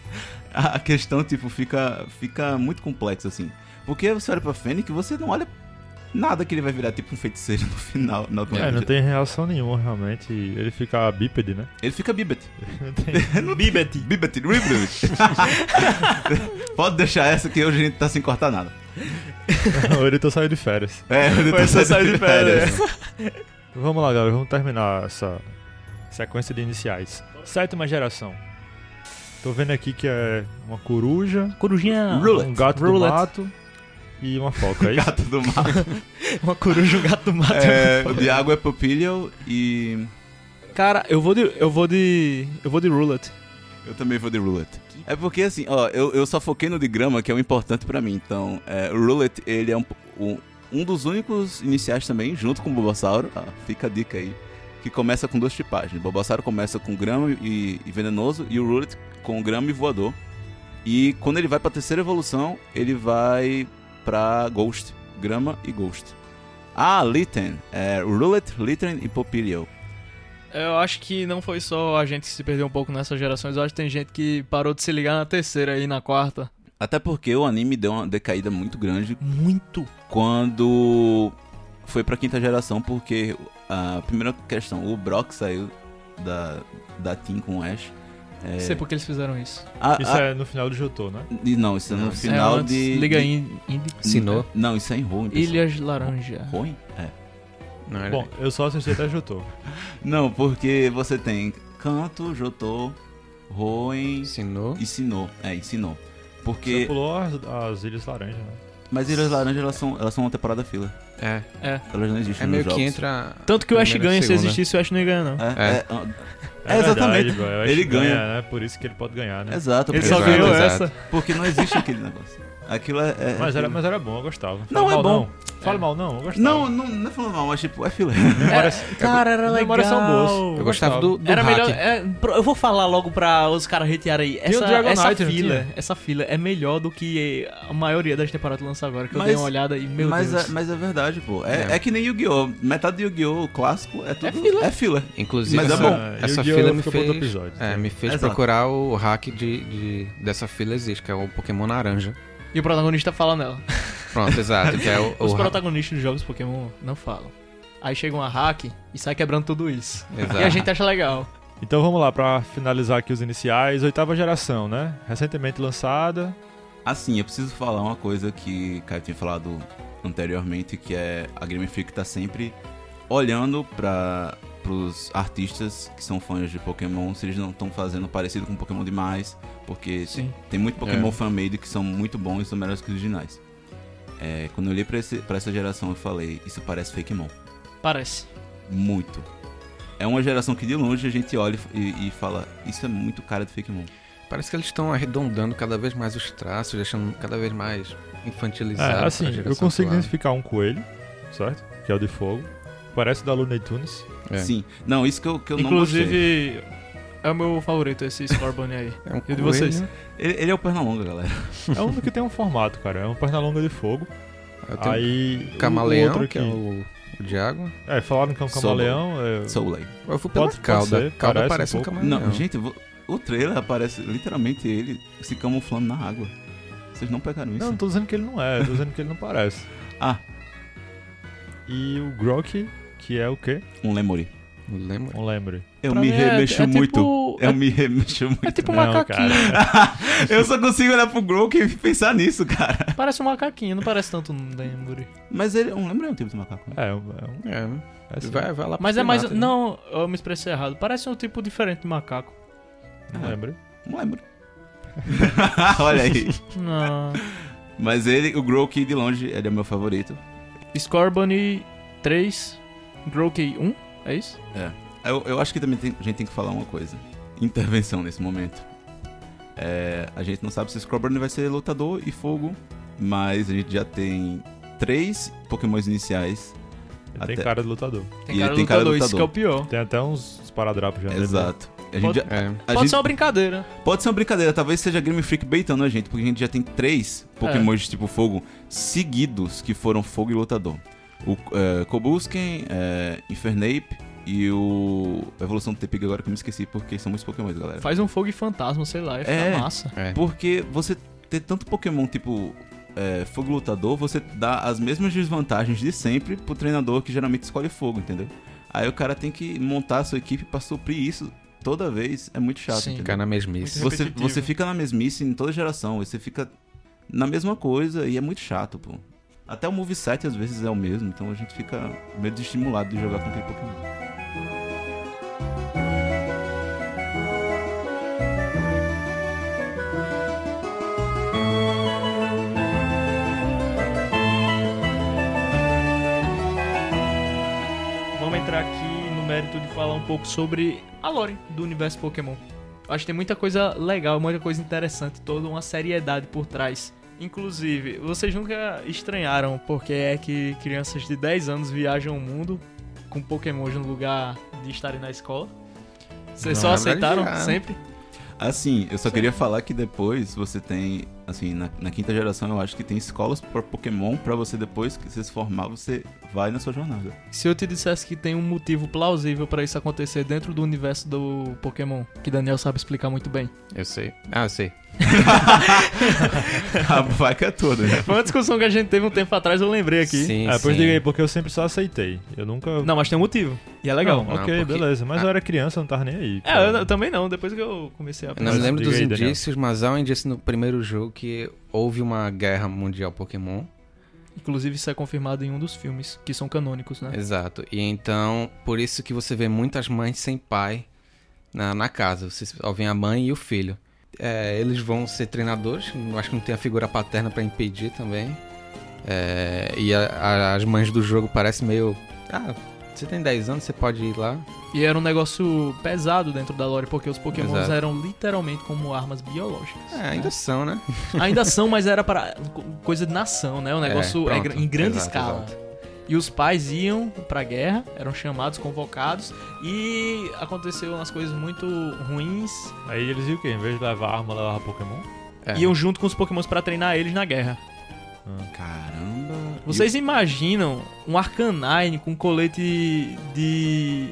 A questão, tipo, fica, fica muito complexa, assim. Porque você olha pra Fennec e você não olha nada que ele vai virar tipo um feiticeiro no final. Na É, não tem reação nenhuma, realmente. Ele fica bípede, né? Ele fica Bibet. Não tem. Bibet. Bibet, Ribbit. Pode deixar essa que hoje a gente tá sem cortar nada. Ou ele tá saindo de férias. É, eu Foi essa saída de férias. Vamos lá, galera. Vamos terminar essa sequência de iniciais. Sétima geração. Tô vendo aqui que é uma coruja, Corujinha. um gato do Roulette. mato e uma foca, é isso? Gato do mar. Uma coruja, um gato do mato. É, o de água é Pupilio e Cara, eu vou de. Eu vou de. Eu vou de roulette. eu também vou de Roulette. É porque assim, ó, eu, eu só foquei no de grama, que é o importante pra mim. Então, é, o Roulette, ele é um, um, um dos únicos iniciais também, junto com o Bulbasauro. Ah, fica a dica aí. Que começa com duas tipagens. O Bulbasauro começa com grama e, e venenoso e o Roulette com grama e voador. E quando ele vai pra terceira evolução, ele vai pra Ghost, Grama e Ghost. Ah, Litten, é, Rulet, Litten e Popilio. Eu acho que não foi só a gente que se perdeu um pouco nessas gerações, eu acho que tem gente que parou de se ligar na terceira e na quarta. Até porque o anime deu uma decaída muito grande Muito. quando foi pra quinta geração, porque a primeira questão, o Brock saiu da, da Team com o Ash. É, Não sei por que eles fizeram isso. a- Isso a- é no final do Jotô, né? e Não, isso é Não, no isso final é, antes, de. Liga de- Ind- Indy. Sinnoh. Não, isso é em Ruim. Ilhas Laranja. Ruim? É. Não era. Bom, eu só assisti até Jotô. Não, porque você tem Canto, Jotô, Ruim Ensinou. e Sinô. É, ensinou. Você Porque. é pulou as, as Ilhas Laranja, né? Mas Ilhas Laranja, elas são, elas são uma temporada fila. É. Elas não existem É nos meio jogos. que entra. Tanto que o Ash primeira e ganha, se segunda. existisse o Ash não ia ganhar, não. É, É. é, É, exatamente. verdade, bro. Eu acho Ele que né? Por isso que ele pode ganhar, né? é, Exato, Ele porque, só Exato, ganhou exato. essa. porque não existe aquele negócio. Aquilo é. é- Mas era, aquilo- mas era bom, eu gostava. Fala Não, é mal, bom. Não. Fala É. mal, não, eu gostava. Não, não, não é falando mal, mas tipo, é fila. Ah, Cara, era As memórias são boas. Eu gostava do, do Era hack. melhor. é, pro- eu vou falar logo pra os caras retearem aí. o Essa, Dragon essa Knight, não fila, tinha? essa fila é melhor do que a maioria das temporadas que lança agora, que eu Mas- dei uma olhada e meu mas, Deus. É, mas é verdade, pô. É, É. é que nem Yu-Gi-Oh! Metade do Yu-Gi-Oh! clássico é tudo. fila. É fila. Inclusive, Mas é essa, bom. essa Yu-Gi-Oh! fila me fica pra outro fez. episódio. É, me fez Exato. procurar o hack de, de- dessa fila existe, que é o Pokémon Naranja. E o protagonista fala nela. Pronto, exato, que é o, o Os hack. protagonistas dos jogos Pokémon não falam. Aí chega uma hack e sai quebrando tudo isso. Exato. E a gente acha legal. Então vamos lá, pra finalizar aqui os iniciais. Oitava geração, né? Recentemente lançada. Assim, eu preciso falar uma coisa que Caio tinha falado anteriormente, que é a Game Freak tá sempre olhando para pros artistas que são fãs de Pokémon, se eles não estão fazendo parecido com Pokémon demais, porque Sim. tem muito Pokémon É. fan-made que são muito bons e são melhores que os originais. É, quando eu olhei pra, esse- pra essa geração, eu falei, isso parece Fakemon. Parece. Muito. É uma geração que de longe a gente olha e, e fala, isso é muito cara de Fakemon. Parece que eles estão arredondando cada vez mais os traços, deixando cada vez mais É, infantilizado. assim, pra eu geração consigo atual. identificar um coelho, certo? Que é o de fogo. Parece da Looney Tunes. É. Sim. Não, isso que eu, que eu não gostei. Inclusive, é o meu favorito esse Scorbunny aí. É um E o de coelho. vocês? Ele, ele é o Pernalonga, galera. É o único que tem um formato, cara. É um pernalonga de fogo. Eu tenho Aí. o o camaleão, outro que é o, o de água. É, falaram que é um Solo. camaleão. É... Soul Lake. Eu fui pela Pode- pode cauda. ser, cauda parece parece um um, pouco. camaleão. Não, gente, vo- o trailer aparece literalmente ele se camuflando na água. Vocês não pegaram isso? Não, não tô dizendo que ele não é, tô dizendo que ele não parece. Ah, E o Grok, que é o quê? Um um lemuri. Lembra? Não lembro. Eu Pra me mim é- remexo é tipo- muito. é- Eu me remexo muito. É tipo um Não, macaquinho. cara. Eu só consigo olhar pro Grok e pensar nisso, cara. Parece um macaquinho, não parece tanto um Demburi. Mas ele, um lemuri é um tipo de macaco. né? É, é um. É um É, é assim. vai, vai lá pro Mas é mais. pirata, né? Não, eu me expressei errado. Parece um tipo diferente de macaco. Não lembro. Um lemuri. Olha aí. Não. Mas ele, o Grok de longe, ele é meu favorito. Scorbunny 3, Grokey 1, é isso? Eu, eu acho que também tem- a gente tem que falar uma coisa. Intervenção nesse momento. É, a gente não sabe se Scrobburn vai ser lutador e fogo, mas a gente já tem três pokémons iniciais. Ele tem Até- cara de lutador. E ele tem cara de isso que é o pior. Tem até uns paradrapos já. né? nele. Exato. A gente Pode- já- É. a Pode gente- ser uma brincadeira. pode ser uma brincadeira, talvez seja Game Freak baitando a gente, porque a gente já tem três É. pokémons tipo fogo seguidos que foram fogo e lutador. O é, Kobusken, é, Infernape e o... A evolução do Tepig agora que eu me esqueci, porque são muitos pokémons, galera. Faz um fogo e fantasma, sei lá, ia ficar É. massa. É. Porque você ter tanto Pokémon tipo é, fogo lutador, você dá as mesmas desvantagens de sempre pro treinador que geralmente escolhe fogo, entendeu? Aí o cara tem que montar a sua equipe pra suprir isso toda vez. É muito chato, Sim. entendeu? Ficar na mesmice. Muito Você, repetitivo. você fica na mesmice em toda geração, você fica na mesma coisa e é muito chato, pô. Até o moveset às vezes é o mesmo, então a gente fica meio desestimulado de jogar com aquele Pokémon. Vamos entrar aqui no mérito de falar um pouco sobre a lore do universo Pokémon. Eu acho que tem muita coisa legal, muita coisa interessante, toda uma seriedade por trás. Inclusive, vocês nunca estranharam porque é que crianças de 10 anos viajam o mundo com Pokémon no lugar de estarem na escola? Vocês Não, é só na verdade, aceitaram já. sempre? Assim, eu só queria falar que depois você tem, assim, na, na quinta geração eu acho que tem escolas pra Pokémon pra você depois que você se formar, você vai na sua jornada. Se eu te dissesse que tem um motivo plausível pra isso acontecer dentro do universo do Pokémon, que Daniel sabe explicar muito bem. Eu sei. Ah, eu sei. A vaca toda, né? Foi uma discussão que a gente teve um tempo atrás, eu lembrei aqui. Sim, Ah, pois sim. diga aí, porque eu sempre só aceitei. Eu nunca. Não, mas tem um motivo. E é legal. Não, Não, ok, porque- beleza. Mas Ah. eu era criança, eu não tava nem aí. É, cara. eu, eu também não, depois que eu comecei a Eu não me Mas lembro diga dos aí, Daniel. indícios, mas há um indício no primeiro jogo que houve uma guerra mundial Pokémon. Inclusive, isso é confirmado em um dos filmes, que são canônicos, É. né? Exato. E então, por isso que você vê muitas mães sem pai na, na casa. Você só vê a mãe e o filho. É, eles vão ser treinadores, eu acho que não tem a figura paterna pra impedir também. É, e a- a- as mães do jogo parecem meio. Ah, você tem 10 anos, você pode ir lá. E era um negócio pesado dentro da lore, porque os pokémons Exato. eram literalmente como armas biológicas. É, ainda né? são, né? Ainda são, mas era para co- coisa de nação, né? O negócio é pronto. gra- em grande Exato, escala. exato. E os pais iam pra guerra, eram chamados, convocados, e aconteceu umas coisas muito ruins. Aí eles iam o quê? Em vez de levar arma, levava Pokémon? É. Iam junto com os pokémons pra treinar eles na guerra. Caramba. Vocês imaginam um Arcanine com colete de.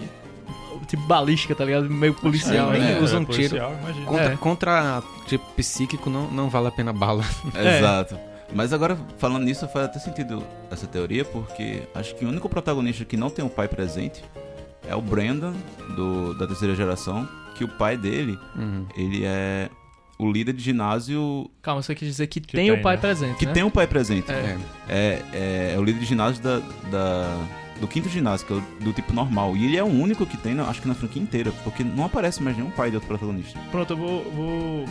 tipo balística, tá ligado? Meio policial, Ah, né? é. usa um policial, imagina. Contra, É. contra tipo psíquico não, não vale a pena bala. É. Exato. Mas agora, falando nisso, faz até sentido essa teoria, porque acho que o único protagonista que não tem um pai presente é o Brandon, do, da terceira geração, que o pai dele, Uhum. ele é o líder de ginásio Calma, você quer dizer que, tem, o tem, pai né? presente. que né? tem um pai presente. É. É. É, é, é o líder de ginásio da, da- do quinto ginásio, que é o, do tipo normal. E ele é o único que tem, na- acho que na franquia inteira, porque não aparece mais nenhum pai de outro protagonista. um- Pronto, eu vou, vou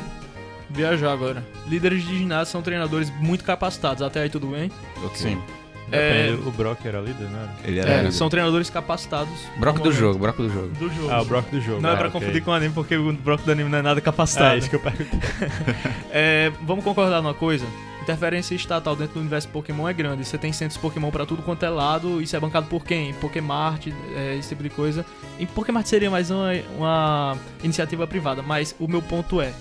viajar agora. Líderes de ginásio são treinadores muito capacitados, até aí tudo bem. Ok. Sim. Depende, O Brock era líder, né? Ele era. É, ele. são treinadores capacitados. Broco no do momento. jogo, broco do jogo. Do jogo. Ah, o Brock do jogo. Não é ah, pra ok. confundir com o anime, porque o Brock do anime não é nada É, capacitado. isso que eu perguntei. É, vamos concordar numa coisa? Interferência estatal dentro do universo Pokémon é grande. Você tem centros Pokémon pra tudo quanto é lado. Isso é bancado por quem? Pokémart, é, esse tipo de coisa. E Pokémart seria mais uma, uma iniciativa privada, mas o meu ponto é,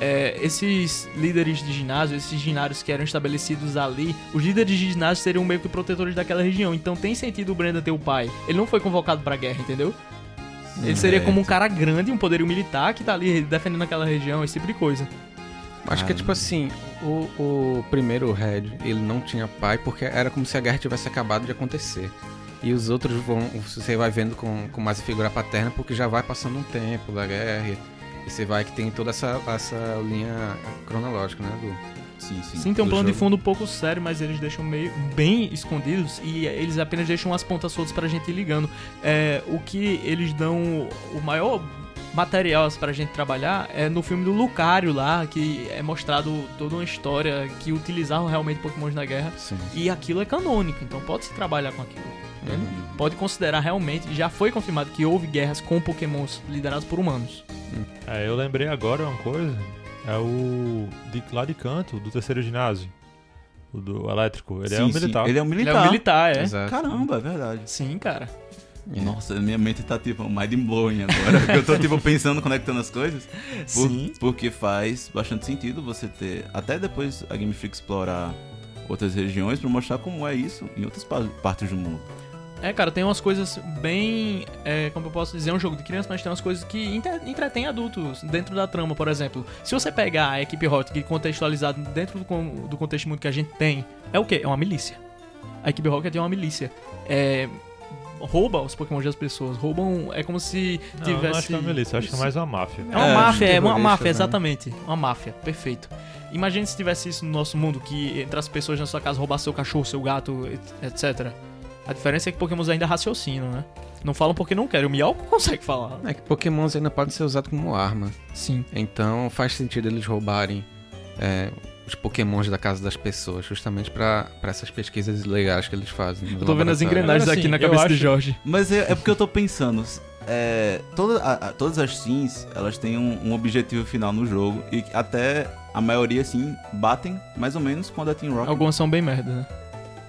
é, Esses líderes de ginásio, esses ginários que eram estabelecidos ali, os líderes de ginásio seriam meio que protetores daquela região. Então tem sentido o Brenda ter o pai. Ele não foi convocado pra guerra, entendeu? Ele seria como um cara grande, um poderio militar que tá ali defendendo aquela região, esse tipo de coisa. Acho que é tipo assim, o, o primeiro Red, ele não tinha pai porque era como se a guerra tivesse acabado de acontecer. E os outros vão, você vai vendo com, com mais figura paterna porque já vai passando um tempo da guerra. E você vai que tem toda essa, essa linha cronológica, né? Do, Sim, sim. Sim, tem um do plano de jogo. fundo um pouco sério, mas eles deixam meio bem escondidos e eles apenas deixam as pontas soltas pra gente ir ligando. É, o que eles dão o maior material assim, pra gente trabalhar é no filme do Lucario lá, que é mostrado toda uma história que utilizavam realmente pokémons na guerra. sim. E aquilo é canônico, então pode se trabalhar com aquilo. entende? Uhum. Pode considerar realmente, já foi confirmado que houve guerras com pokémons liderados por humanos. É, eu lembrei agora uma coisa. É o de, lá de canto, do terceiro ginásio. O do elétrico. Ele é Sim, um sim. militar. Ele é um Ele militar. é um militar, é. Exato. Caramba, é verdade. Sim, cara. É. Nossa, minha mente tá tipo mind blowing agora. porque eu tô tipo pensando, conectando as coisas. Por- Porque faz bastante sentido você ter. Até depois a Game Freak explorar outras regiões pra mostrar como é isso em outras pa- partes do mundo. É, cara, tem umas coisas bem. é, como eu posso dizer, é um jogo de criança, mas tem umas coisas que inter- entretêm adultos dentro da trama, por exemplo. Se você pegar a equipe Hot e contextualizar dentro do, con- do contexto muito que a gente tem, é o quê? É uma milícia. A equipe Rocket é uma milícia. É, rouba os Pokémon das pessoas. Roubam. É como se Não, eu tivesse. não acho que é uma milícia, eu acho que é mais uma máfia. É uma É, máfia, é uma terrorista, máfia, né? exatamente. Uma máfia, perfeito. Imagina se tivesse isso no nosso mundo, que entre as pessoas na sua casa roubar seu cachorro, seu gato, et- etc. A diferença é que Pokémon ainda raciocinam, né? Não falam porque não querem. O Miau consegue falar. É que pokémons ainda podem ser usados como arma. Sim. Então faz sentido eles roubarem é, os pokémons da casa das pessoas, justamente pra pra essas pesquisas legais que eles fazem. no Eu tô vendo as laboratório. engrenagens Agora, assim, aqui na eu cabeça de acho- Jorge. Mas é, é porque eu tô pensando. é, toda, a- a- todas as sims, elas têm um, um objetivo final no jogo. E até a maioria, assim, batem mais ou menos quando a Team Rocket. Algumas são bem merda, né?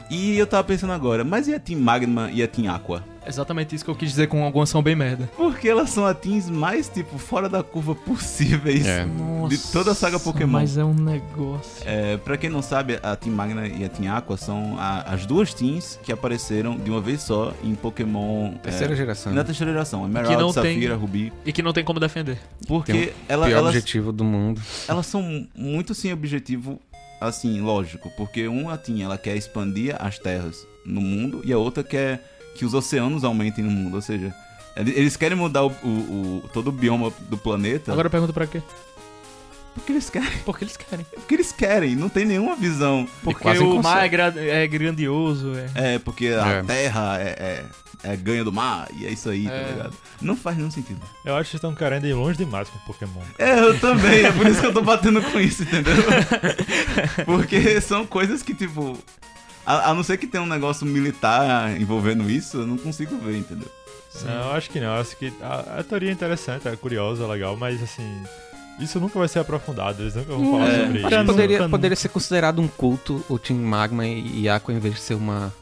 E eu tava pensando agora, mas e a Team Magma e a Team Aqua? Exatamente isso que eu quis dizer com alguma ação bem merda. Porque elas são a teens mais, tipo, fora da curva possíveis. É. Nossa, De toda a saga Pokémon. Mas é um negócio. É, pra quem não sabe, a Team Magna e a Team Aqua são a- as duas teams que apareceram de uma vez só em Pokémon. é, Terceira geração. na terceira geração, não Emerald, tem- Safira, Rubi. E que não tem como defender. Porque ela- Pior elas, objetivo do mundo. elas são muito sem objetivo, assim, lógico. Porque uma Team, ela quer expandir as terras no mundo e a outra quer que os oceanos aumentem no mundo. Ou seja, ele- eles querem mudar o, o- o- todo o bioma do planeta Agora eu pergunto pra quê? porque eles querem. Porque eles querem. Porque eles querem, não tem nenhuma visão. Porque quase o consegue. mar é, gra- é grandioso, é. É, porque a É. terra é, é, é ganha do mar e é isso aí, tá É. ligado? Não faz nenhum sentido. Eu acho que vocês estão querendo ir longe demais com Pokémon. É, eu também, é por isso que eu tô batendo com isso, entendeu? Porque são coisas que, tipo. A, a não ser que tenha um negócio militar envolvendo isso, eu não consigo ver, entendeu? Não, eu acho que não. eu Acho que a, a teoria é interessante, é curiosa, é legal, mas assim. Isso nunca vai ser aprofundado, eles nunca vão falar É. sobre Pra isso. não- Tipo, Poderia, pra poderia ser considerado um culto o Team Magma e Aqua em vez de ser uma,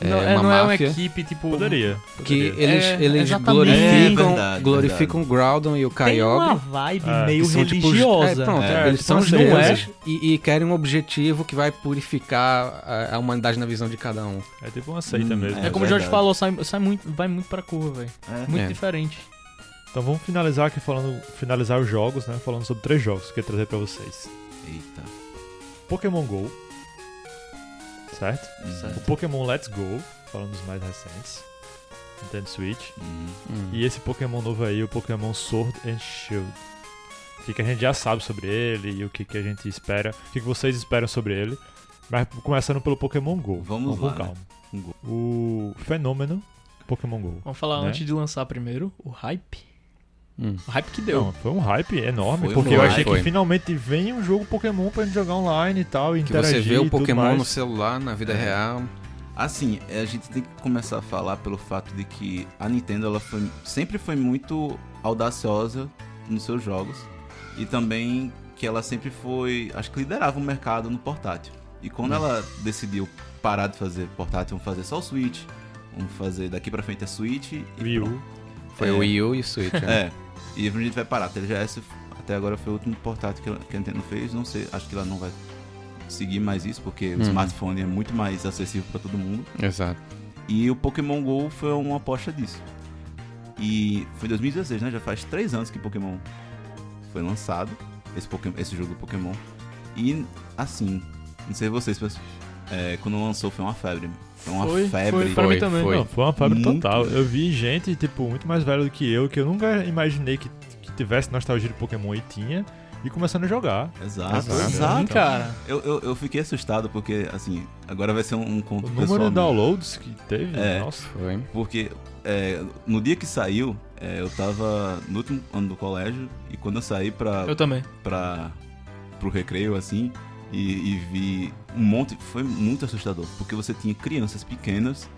é, não é, uma não é uma máfia. equipe, tipo. Poderia. que poderia. eles, É, eles exatamente. glorificam, É verdade, glorificam o Groudon e o Tem uma Kyogre. vibe Ah, É, meio que são, tipo, os- religiosa. é, pronto, É, eles são são os deuses. deuses e, e querem um objetivo que vai purificar a, a humanidade na visão de cada um. É tipo uma seita Hum, mesmo. é É, como o Jorge falou, sai, sai muito, vai muito pra curva, velho. É. Muito É. diferente. Então vamos finalizar aqui falando. Finalizar os jogos, né? Falando sobre três jogos que eu queria trazer pra vocês. Eita. Pokémon GO. Certo? Hum, O Pokémon Let's Go, falando dos mais recentes. Nintendo Switch. hum. Hum. E esse Pokémon novo aí, o Pokémon Sword and Shield. O que, que a gente já sabe sobre ele e o que, que a gente espera, o que, que vocês esperam sobre ele. Mas começando pelo Pokémon GO. Vamos com lá, calma. né? Go. O fenômeno Pokémon GO. Vamos falar Né? antes de lançar primeiro o hype. Hum. O hype que deu. Não, foi um hype enorme, Foi um porque eu hype. achei Foi. que finalmente vem um jogo Pokémon pra gente jogar online e tal, e Que interagir você vê o e tudo Pokémon mais. no celular, na vida É. real. Assim, a gente tem que começar a falar pelo fato de que a Nintendo ela foi- sempre foi muito audaciosa nos seus jogos e também que ela sempre foi, acho que liderava o mercado no portátil. E quando ela decidiu parar de fazer portátil, vamos fazer só o Switch, vamos fazer daqui pra frente é Switch e Wii pronto. U. Foi É. o Wii U e o Switch. né? É, e a gente vai parar. A 3GS até agora foi o último portátil que, ela- que a Nintendo fez. Não sei, acho que ela não vai seguir mais isso, porque o Uhum. smartphone é muito mais acessível pra todo mundo. Exato. E o Pokémon GO foi uma aposta disso. E foi em 2016, né? Já faz três anos que Pokémon foi lançado, esse, Pokémon, esse jogo do Pokémon. E, assim, não sei vocês, mas é, quando lançou foi uma febre. Foi uma Foi, febre. foi pra mim Foi, também. foi. Não, foi uma febre Muito. total. Eu vi gente, tipo, muito mais velha do que eu, que eu nunca imaginei que, que tivesse nostalgia de Pokémon e tinha, e começando a jogar. Exato, Exato. exato. Sim, cara. Eu, eu, eu fiquei assustado porque, assim, agora vai ser um, um O conto número pessoal. de meu. downloads que teve, É. nossa. Foi. Porque é, no dia que saiu, é, eu tava no último ano do colégio e quando eu saí pra, Eu também. pra, pro recreio, assim, e, e vi um monte. Foi muito assustador, porque você tinha crianças pequenas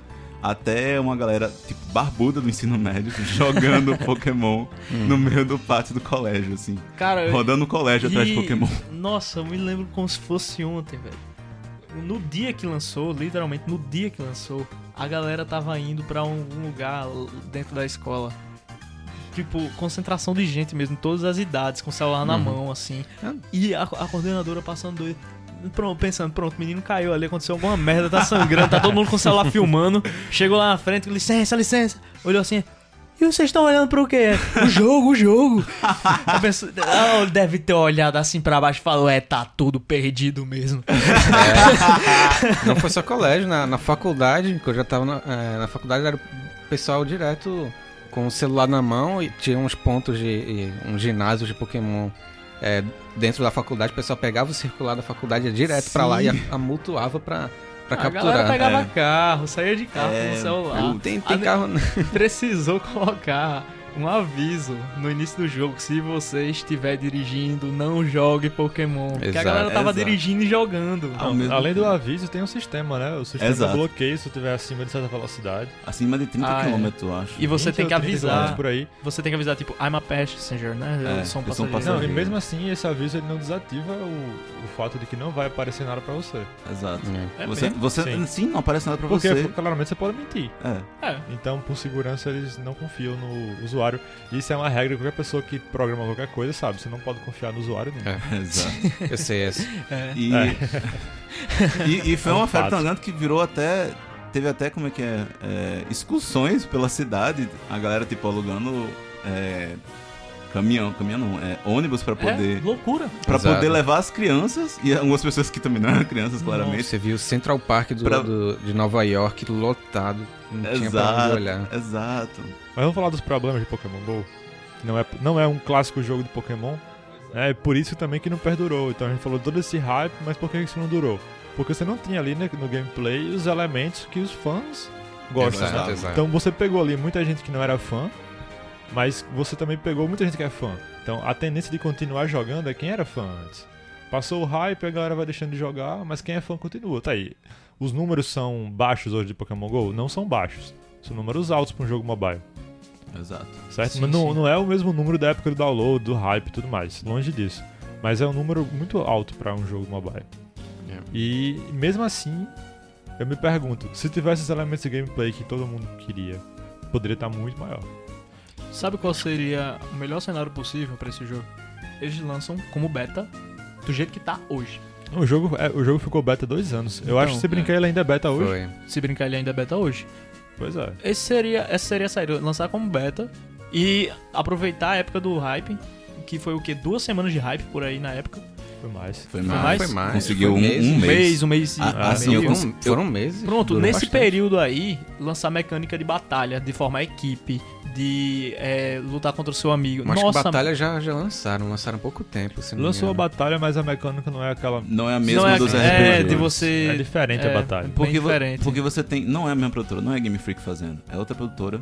até uma galera, tipo, barbuda do ensino médio jogando Pokémon no meio do pátio do colégio, assim. Cara, eu- Rodando o colégio atrás de É. E- Pokémon. Nossa, eu me lembro como se fosse ontem, velho. No dia que lançou, literalmente no dia que lançou, a galera tava indo pra algum lugar l- dentro da escola. Tipo, concentração de gente mesmo, todas as idades, com o celular na Uhum. mão, assim. Ah. E a, a coordenadora passando doido. Pronto, pensando, pronto, o menino caiu ali, aconteceu alguma merda, tá sangrando, tá todo mundo com o celular filmando. Chegou lá na frente, licença, licença. Olhou assim, e vocês estão olhando pro quê? O jogo, o jogo. A pessoa ah, deve ter olhado assim pra baixo e falou: É, tá tudo perdido mesmo. É. Não foi só colégio, na, na faculdade, que eu já tava na, é, na faculdade, era o pessoal direto com o celular na mão e tinha uns pontos de. e uns ginásios de Pokémon. é, dentro da faculdade, o pessoal pegava o circular da faculdade ia direto pra lá e a- amultuava pra, pra Ah, a galera capturar. É, pegava É. carro, saía de carro com o celular. Tem, né? Ah, tem carro. Precisou colocar um aviso no início do jogo. Se você estiver dirigindo, não jogue Pokémon. Porque a Exato, galera tava exato. Ah. dirigindo e jogando. Ao Não, É mesmo além do tempo. aviso, tem um sistema, né? O sistema Exato. de bloqueio se tu estiver acima de certa velocidade. Acima de 30 Ah, é. km, eu acho. E você 20 tem ou que 30 quilômetros avisar. por aí. Você tem que avisar, tipo, I'm a passenger, né? É, Eu sou um eu sou passageiro. Não, um e Passageiro. mesmo assim, esse aviso ele não desativa o, o fato de que não vai aparecer nada pra você. Exato. É você, mesmo? você Sim. sim. não aparece nada pra Porque, você. claramente, você pode mentir. É. É. Então, por segurança, eles não confiam no usuário. Isso é uma regra que qualquer pessoa que programa qualquer coisa sabe. Você não pode confiar no usuário nenhum. É. Exato. Eu sei essa. É. E, e, e foi É um uma fato. febre tão grande que virou até. Teve até, como é que é? é, excursões pela cidade. A galera, tipo, alugando. é, caminhão, caminhão não, é, ônibus pra poder. É, loucura. Pra Exato. poder levar as crianças, e algumas pessoas que também não eram crianças, claramente. Você viu o Central Park do, Pra- do- de Nova York lotado. Não tinha pra onde Exato, olhar. exato. Mas vamos falar dos problemas de Pokémon GO. que Não é, não é um clássico jogo de Pokémon. né? É por isso também que não perdurou. Então a gente falou todo esse hype, mas por que isso não durou? Porque você não tinha ali né, no gameplay os elementos que os fãs gostam. Exato, né? exato. Então você pegou ali muita gente que não era fã, mas você também pegou muita gente que é fã. Então a tendência de continuar jogando é quem era fã antes. Passou o hype, a galera vai deixando de jogar, mas quem é fã continua. Tá aí. Os números são baixos hoje de Pokémon GO? Não são baixos. São números altos pra um jogo mobile. Exato. Certo? Sim, Mas não, sim. não é o mesmo número da época do download, do hype e tudo mais. Longe disso. Mas é um número muito alto pra um jogo mobile. É. E mesmo assim, eu me pergunto, se tivesse os elementos de gameplay que todo mundo queria, poderia estar muito maior. Sabe qual seria o melhor cenário possível pra esse jogo? Eles lançam como beta do jeito que tá hoje. O jogo, é, o jogo ficou beta dois anos. Eu Então, acho que se brincar ele ainda é beta hoje. Foi. Se brincar, ele ainda é beta hoje. Pois é. Esse seria, essa seria a saída, lançar como beta e aproveitar a época do hype, que foi o quê? Duas semanas de hype por aí na época. Foi mais. Foi mais? Foi mais. Conseguiu Foi um, meses. um Um mês. mês, um mês e Ah, ah, meio. sim, eu cons- Foram, foram meses. Pronto, durou nesse bastante. período aí, lançar mecânica de batalha, de formar equipe, de é, lutar contra o seu amigo. Mas Nossa, que batalha já, já lançaram, lançaram há pouco tempo. se não me Lançou a engano. batalha, mas a mecânica não é aquela. Não é a não mesma é, dos é, RPGs. de você... É diferente a batalha. bem Porque, vo- diferente. porque você tem. Não é a mesma produtora, não é Game Freak fazendo, é outra produtora.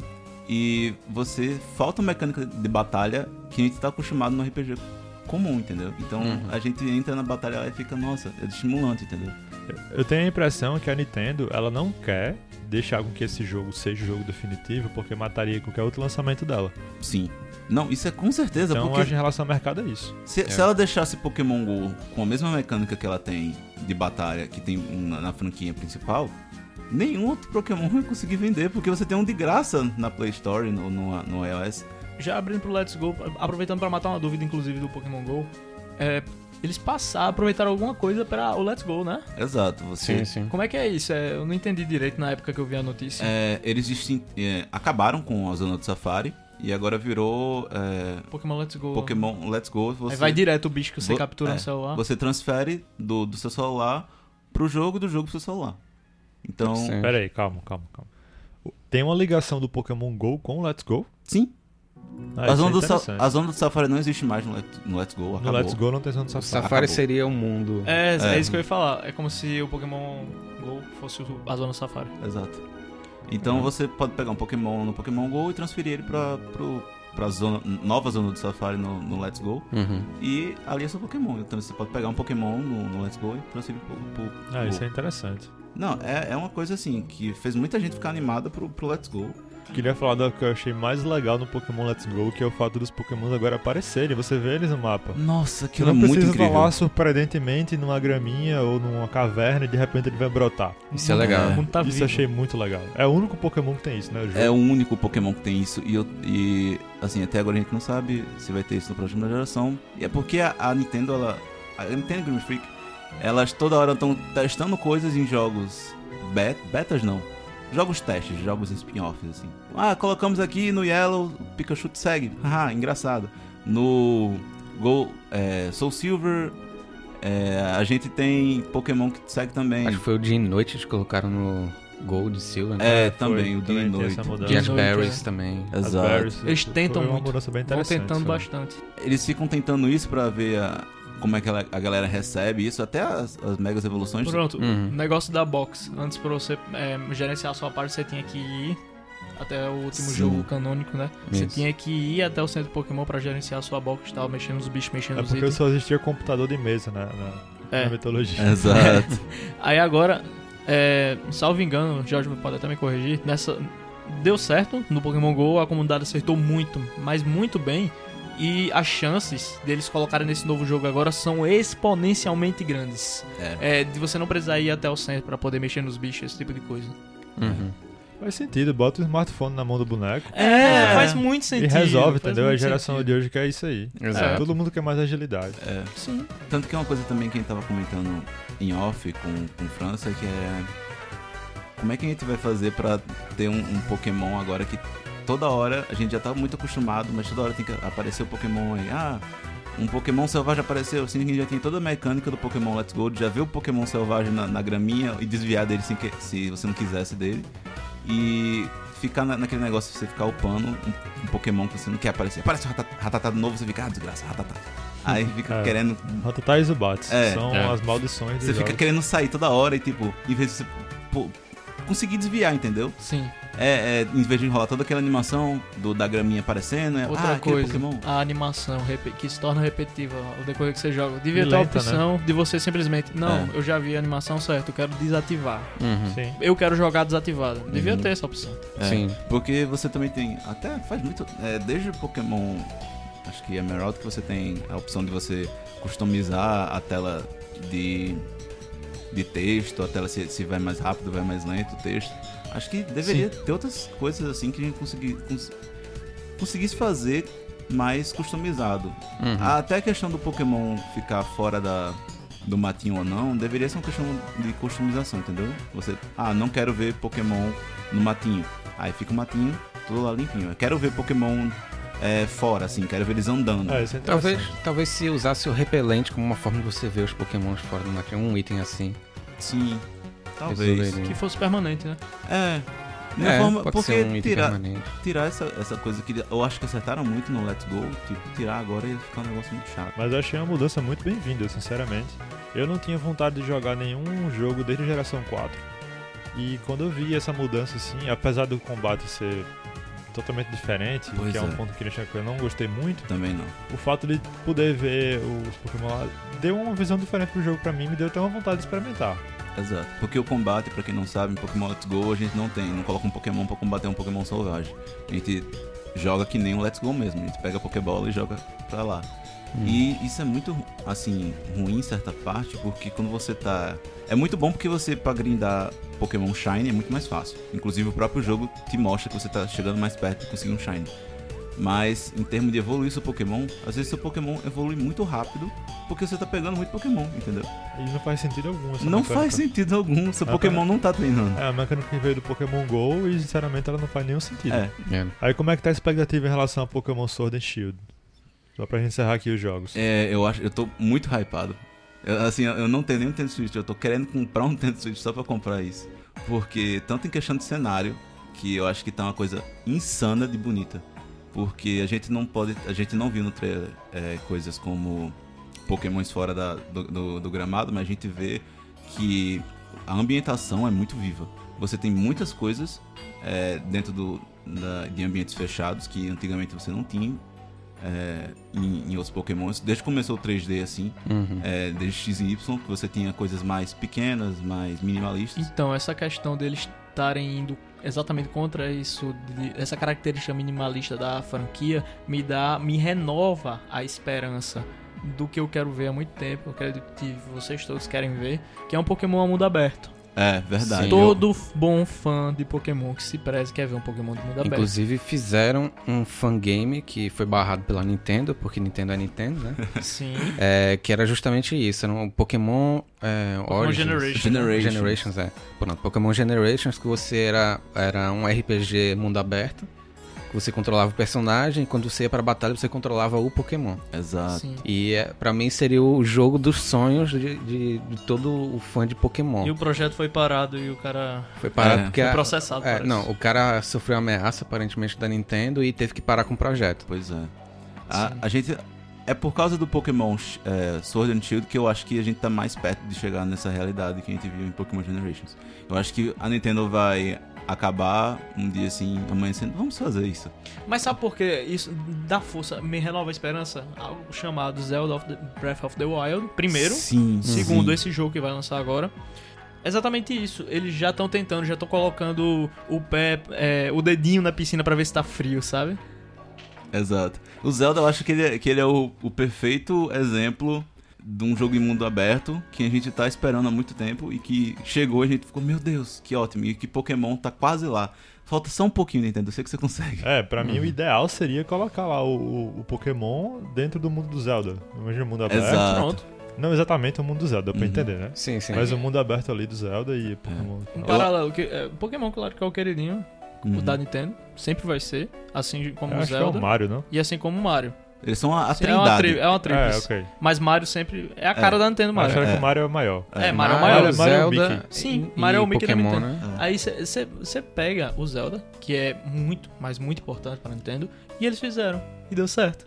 E você. Falta uma mecânica de batalha que a gente tá acostumado no RPG comum, entendeu? Então Uhum. a gente entra na batalha lá e fica, nossa, é estimulante, entendeu? Eu tenho a impressão que a Nintendo, ela não quer deixar com que esse jogo seja o jogo definitivo, porque mataria qualquer outro lançamento dela. Sim. Não, isso é com certeza, Então, porque acho em relação ao mercado é isso. Se, se ela deixasse Pokémon GO com a mesma mecânica que ela tem de batalha que tem um na, na franquia principal, nenhum outro Pokémon ia conseguir vender, porque você tem um de graça na Play Store, no, no, no iOS. Já abrindo pro Let's Go, aproveitando pra matar uma dúvida, inclusive, do Pokémon GO, é, eles passaram, aproveitaram alguma coisa pra o Let's Go, né? Exato, Sim, você. sim. Como é que é isso? É, eu não entendi direito na época que eu vi a notícia. é, eles distin- é, acabaram com a zona do Safari e agora virou é, Pokémon Let's Go. Pokémon Let's Go. Aí Você, vai direto o bicho que você Vo- captura é, no celular. você transfere do, do seu celular pro jogo do jogo pro seu celular. Então, Sim. Pera aí, calma, calma, calma. O- Tem uma ligação do Pokémon GO com o Let's Go? sim, Ah, a isso é zona, do sa- interessante. a zona do Safari não existe mais no, Let- no Let's Go. No Acabou. Let's Go não tem zona do O Safari. Safari Acabou. seria o mundo. É, é, É. isso que eu ia falar. É como se o Pokémon GO fosse o- a zona safari. Exato. Então você pode pegar um Pokémon no Pokémon GO e transferir ele pra, pro, pra zona, nova zona do Safari no, no Let's Go. Uhum. E ali é seu Pokémon. Então você pode pegar um Pokémon no, no Let's Go e transferir pro. pro Ah, Go. isso é interessante. Não, é, é uma coisa assim que fez muita gente ficar animada pro, pro Let's Go. Queria falar do que eu achei mais legal no Pokémon Let's Go, que é o fato dos Pokémon agora aparecerem. Você vê eles no mapa. Nossa, Você não precisa falar surpreendentemente numa graminha ou numa caverna e de repente ele vai brotar. Isso é legal. O mundo tá isso vivo. eu achei muito legal. É o único Pokémon que tem isso, né? o jogo? É o único Pokémon que tem isso. E, eu- e, assim, até agora a gente não sabe se vai ter isso na próxima geração. E é porque a, a Nintendo, ela. A Nintendo Game Freak, elas toda hora estão testando coisas em jogos. Bet, betas não. Jogos testes, jogos spin-offs, assim. Ah, colocamos aqui no Yellow, o Pikachu te segue. Haha, engraçado. No Go, é, Soul Silver, é, a gente tem Pokémon que te segue também. Acho que foi o dia e noite eles colocaram no Gold Silver. né? É, É, foi, também, o dia e também tem noite. essa mudança. E as Dia e noite, berries também. As Exato. berries, Eles foi tentam uma muito. mudança bem Vão interessante. né? tentando foi. bastante. eles ficam tentando isso pra ver a- como é que ela- a galera recebe isso, até as, as megas evoluções. Pronto, Uhum. o negócio da box. Antes pra você é, gerenciar a sua parte, você tinha que ir até o último Sim. jogo canônico, né? Você Isso. tinha que ir até o centro Pokémon pra gerenciar a sua box e tal, mexendo nos bichos, mexendo É nos porque itens. só existia computador de mesa né, na, na, É. na mitologia. Exato. Aí agora, é, salvo engano, o Jorge pode até me corrigir, nessa deu certo no Pokémon GO, a comunidade acertou muito, mas muito bem, e as chances deles colocarem nesse novo jogo agora são exponencialmente grandes. É, de você não precisar ir até o centro pra poder mexer nos bichos, esse tipo de coisa. Uhum. Faz sentido, bota o smartphone na mão do boneco É, É. faz muito e sentido. resolve, faz entendeu? A muito geração sentido. de hoje quer isso aí. Exato. Todo mundo quer mais agilidade. É. Sim. Tanto que é uma coisa também que a gente tava comentando em off com, com França, que é. Como é que a gente vai fazer pra ter um, um Pokémon agora que toda hora a gente já tá muito acostumado, mas toda hora tem que aparecer o Pokémon aí. Ah, um Pokémon selvagem apareceu, assim que a gente já tem toda a mecânica do Pokémon Let's Go, já vê o Pokémon selvagem na, na graminha e desviar dele sem que- se você não quisesse dele. E ficar na- naquele negócio de você ficar upando um, um Pokémon que você não quer aparecer. Aparece um Ratat- Ratatá de novo, você fica, ah, desgraça, Ratatá. Aí fica É. querendo Ratatá e Zubats É. são É. as maldições do você fica querendo sair toda hora e, tipo, em vez de você pô, conseguir desviar, entendeu? Sim. É, é, em vez de enrolar toda aquela animação do, da graminha aparecendo, é Outra ah, aquele coisa, Pokémon. a animação repe- que se torna repetitiva ao decorrer que você joga. Devia ter a Lenta, né? opção de você simplesmente, não, É. eu já vi a animação certa, eu quero desativar. Uhum. Sim. Eu quero jogar desativada. Devia ter essa opção. É, Sim. Porque você também tem, até faz muito, é, desde o Pokémon, acho que Emerald, que você tem a opção de você customizar a tela de, de texto, a tela se, se vai mais rápido, vai mais lento, o texto. Acho que deveria ter outras coisas assim que a gente consegui, cons- conseguisse fazer mais customizado. Ah, Uhum. Até a questão do Pokémon ficar fora da, do matinho ou não, deveria ser uma questão de customização, entendeu? Você, ah, não quero ver Pokémon no matinho. Aí fica o matinho todo lá limpinho. Eu quero ver Pokémon é, fora, assim, quero ver eles andando. É, isso é Talvez, interessante. talvez se usasse o repelente como uma forma de você ver os pokémons fora do mapa. Um item assim. Sim, talvez. resolveria. Que fosse permanente, né? É. De uma É, forma- pode porque ser um item tirar, permanente. tirar essa, essa coisa que eu acho que acertaram muito no Let's Go, tipo, tirar agora ia ficar um negócio muito chato. Mas eu achei uma mudança muito bem-vinda, sinceramente. Eu não tinha vontade de jogar nenhum jogo desde a geração 4. E quando eu vi essa mudança, assim, apesar do combate ser totalmente diferente, Pois que é, um é. ponto que deixa que eu não gostei muito, Também não. o fato de poder ver os Pokémon lá deu uma visão diferente pro jogo pra mim, me deu até uma vontade de experimentar. Exato. Porque o combate, pra quem não sabe, em Pokémon Let's Go a gente não tem, não coloca um Pokémon pra combater um Pokémon selvagem. A gente joga que nem um Let's Go mesmo. A gente pega a Pokébola e joga pra lá. E isso é muito, assim, ruim em certa parte, porque quando você tá. É muito bom porque você, pra grindar Pokémon Shine, é muito mais fácil. Inclusive, o próprio jogo te mostra que você tá chegando mais perto de conseguir um Shine. Mas, em termos de evoluir seu Pokémon, às vezes seu Pokémon evolui muito rápido porque você tá pegando muito Pokémon, entendeu? E não faz sentido algum essa Não mecânica. faz sentido algum, seu Ah, Pokémon não tá treinando. É, a mecânica que veio do Pokémon GO e, sinceramente, ela não faz nenhum sentido. É. É. Aí como é que tá a expectativa em relação a Pokémon Sword and Shield? Só pra gente encerrar aqui os jogos. É, eu acho, eu tô muito hypado. Eu, assim, eu, eu não tenho nenhum Nintendo Switch, eu tô querendo comprar um Nintendo Switch só pra comprar isso. Porque, tanto em questão de cenário, que eu acho que tá uma coisa insana de bonita. Porque a gente não pode, a gente não viu no trailer é, coisas como Pokémons fora da- do, do- do gramado, mas a gente vê que a ambientação é muito viva. Você tem muitas coisas é, dentro do, da- de ambientes fechados que antigamente você não tinha é, em, em outros Pokémons. Desde que começou o 3D, assim, Uhum. é, desde X e Y, que você tinha coisas mais pequenas, mais minimalistas. Então, essa questão deles estarem indo exatamente contra isso, de- essa característica minimalista da franquia, me dá, me renova a esperança do que eu quero ver há muito tempo, eu quero que vocês todos querem ver, que é um Pokémon a mundo aberto. É, verdade. Sim. Eu- Todo bom fã de Pokémon que se preze quer ver um Pokémon de mundo aberto. Inclusive fizeram um fangame que foi barrado pela Nintendo, porque Nintendo é Nintendo, né? Sim. É, que era justamente isso, era um Pokémon, é, Pokémon Origins. Generation. Generations. Generations, é. Pronto, Pokémon Generations, que você era, era um RPG mundo aberto, que você controlava o personagem, e quando você ia pra batalha, você controlava o Pokémon. Exato. Sim. E é, para mim seria o jogo dos sonhos de, de- de todo o fã de Pokémon. E o projeto foi parado e o cara Foi parado É, porque. foi a- processado. é, parece. não, o cara sofreu ameaça aparentemente da Nintendo e teve que parar com o projeto. Pois é. A, Sim. a gente. É por causa do Pokémon é, Sword and Shield que eu acho que a gente tá mais perto de chegar nessa realidade que a gente viu em Pokémon Generations. Eu acho que a Nintendo vai acabar um dia assim, amanhecendo. Vamos fazer isso. Mas sabe por que isso dá força, me renova a esperança? Algo chamado Zelda of the Breath of the Wild, primeiro. Sim. Segundo, sim. esse jogo que vai lançar agora. Exatamente isso. Eles já estão tentando, já estão colocando o pé, é, o dedinho na piscina pra ver se tá frio, sabe? Exato. O Zelda, eu acho que ele é, que ele é o, o perfeito exemplo de um jogo em mundo aberto que a gente tá esperando há muito tempo e que chegou e a gente ficou, meu Deus, que ótimo. E que Pokémon tá quase lá. Falta só um pouquinho, Nintendo. Eu sei que você consegue. É, pra mim o ideal seria colocar lá o, o- o Pokémon dentro do mundo do Zelda. Imagina o mundo aberto. Exato. Pronto. Não exatamente o mundo do Zelda, dá pra Uhum. entender, né? Sim, sim. É Mas o mundo aberto ali do Zelda e Pokémon. Um Eu- paralelo. Que, é, Pokémon, claro que é o queridinho Uhum. o da Nintendo. Sempre vai ser. Assim como Eu o acho que é Zelda. o Mario, não? e assim como o Mario. Eles são a, a é uma, trindade. tri é uma tríplice. É, ok. Mas Mario sempre. É a cara É. da Nintendo Mas Mario. será que É. o Mario é o maior? É, Mario é o Mario, maior. Mario é o Zelda Mickey. Sim, e- Mario é o e Mickey da Pokémon, Nintendo. né? Aí você pega o Zelda, que é muito, mas muito importante pra Nintendo, e eles fizeram. E deu certo.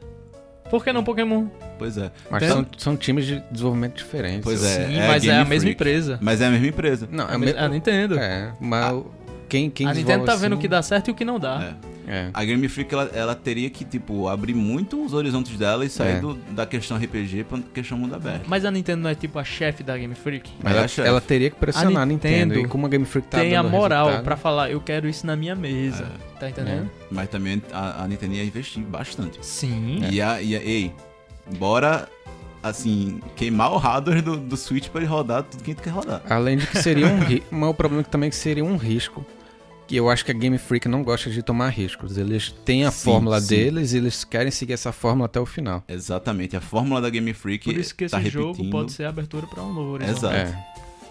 Por que não Pokémon? Pois é. Mas são, são times de desenvolvimento diferentes. Pois é. Sim, mas é Game a mesma Freak. empresa. Mas é a mesma empresa. Não, é a, o me- mesmo. a Nintendo. É, mas o- quem, quem a Nintendo desenvolve tá vendo o assim- que dá certo e o que não dá. É. É. A Game Freak, ela, ela teria que, tipo, abrir muito os horizontes dela e sair É. do- da questão RPG pra questão mundo aberto. Mas a Nintendo não é tipo a chefe da Game Freak. Mas É, ela, chefe. ela teria que pressionar A a Nintendo. Nintendo E como a Game Freak tá Tem a dando moral resultado, pra falar, eu quero isso na minha mesa. Tá entendendo? Mas também a, a Nintendo ia investir bastante. Sim. E, a, e a, ei, bora, assim, queimar o hardware do, do Switch pra ele rodar tudo que a gente quer rodar. Além de que seria um risco. Mas o problema é que também que seria um risco. Que eu acho que a Game Freak não gosta de tomar riscos. Eles têm a Sim, fórmula sim. deles e eles querem seguir essa fórmula até o final. Exatamente, a fórmula da Game Freak Por isso que esse tá jogo repetindo. pode ser a abertura pra um novo horizonte. Exato. É.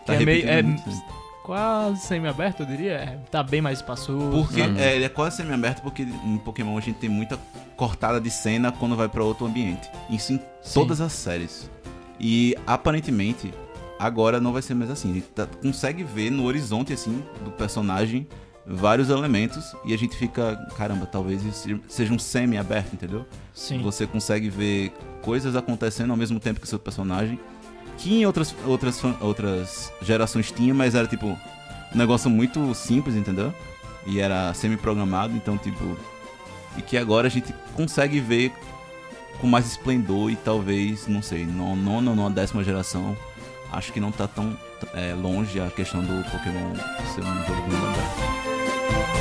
Tá é meio- repetindo é- muito. Quase semi-aberto, eu diria. É, Tá bem mais espaçoso. Porque Uhum. é, ele é quase semi-aberto, porque em Pokémon a gente tem muita cortada de cena quando vai pra outro ambiente. Isso em Sim. todas as séries. E aparentemente, agora não vai ser mais assim. A gente tá- consegue ver no horizonte, assim, do personagem vários elementos e a gente fica, caramba, talvez isso se- seja um semi-aberto, entendeu? Sim. Você consegue ver coisas acontecendo ao mesmo tempo que seu personagem. Que em outras, outras, fan- outras gerações tinha, mas era tipo um negócio muito simples, entendeu? E era semi-programado, então tipo. E que agora a gente consegue ver com mais esplendor e talvez, não sei, no- nona ou na décima geração. Acho que não tá tão é, longe a questão do Pokémon ser um jogo mundo aberto.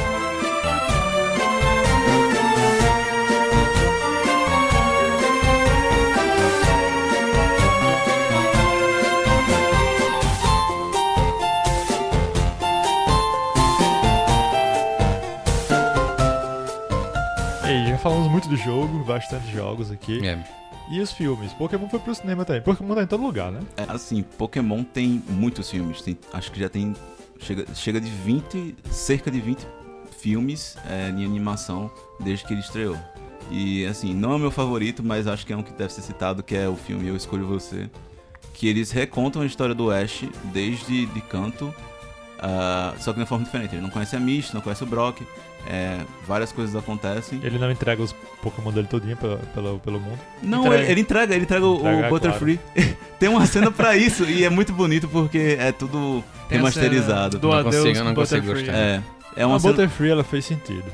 Ei, já falamos muito do jogo, bastante jogos aqui. É. E os filmes? Pokémon foi pro cinema também. Pokémon tá em todo lugar, né? É, assim, Pokémon tem muitos filmes. tem- acho que já tem. Chega, chega de 20. cerca de 20 filmes é, em animação desde que ele estreou. E assim, não é o meu favorito, mas acho que é um que deve ser citado, que é o filme Eu Escolho Você. Que eles recontam a história do Ash desde de canto. ah, só que de uma forma diferente. Ele não conhece a Misty, não conhece o Brock. é, várias coisas acontecem. Ele não entrega os Pokémon dele todinho pela, pela- pelo mundo. Não, Entrega. ele, ele entrega, ele entrega, o- Entrega, o Butterfree. Tem uma cena pra isso e é muito bonito porque é tudo Tem a remasterizado. cena Do Ah, Não adeus, consigo, eu não consigo Butterfree. gostar. É, é a uma cena... Butterfree, ela fez sentido.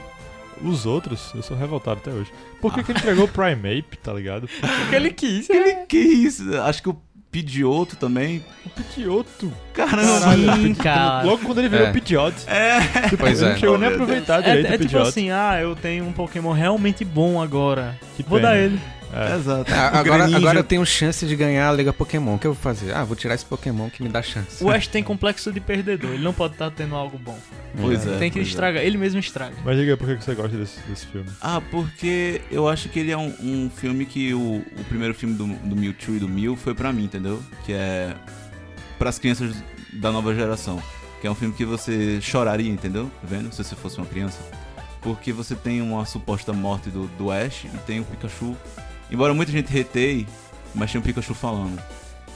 Os outros, eu sou revoltado até hoje. Por Ah. que, que ele entregou o Primeape, tá ligado? Porque ele quis. Ele que isso? Acho que o Pidgeotto também. O é Pidgeotto. Caramba. Sim, cara. Logo quando ele virou É. Pidgeot. É. Tipo, Pois ele é. não chegou Oh, nem a meu Deus. aproveitar É, direito é o tipo Pidgeot. assim, ah, eu tenho um Pokémon realmente bom agora. Que Vou pena. dar ele. É. Exato. A- O Agora, Greninja. agora eu tenho chance de ganhar a Liga Pokémon. O que eu vou fazer? Ah, vou tirar esse Pokémon que me dá chance. O Ash tem complexo de perdedor, ele não pode estar tendo algo bom. Pois é. tem que pois é. estragar, ele mesmo estraga. Mas diga aí por que que você gosta desse, desse filme. Ah, porque eu acho que ele é um, um filme que o, o primeiro filme do, do Mewtwo e do Mew foi pra mim, entendeu? Que é pras crianças da nova geração. Que é um filme que você choraria, entendeu? Tá Vendo? Se você fosse uma criança. Porque você tem uma suposta morte do, do Ash e tem o Pikachu. Embora muita gente reteie, mas tem o Pikachu falando.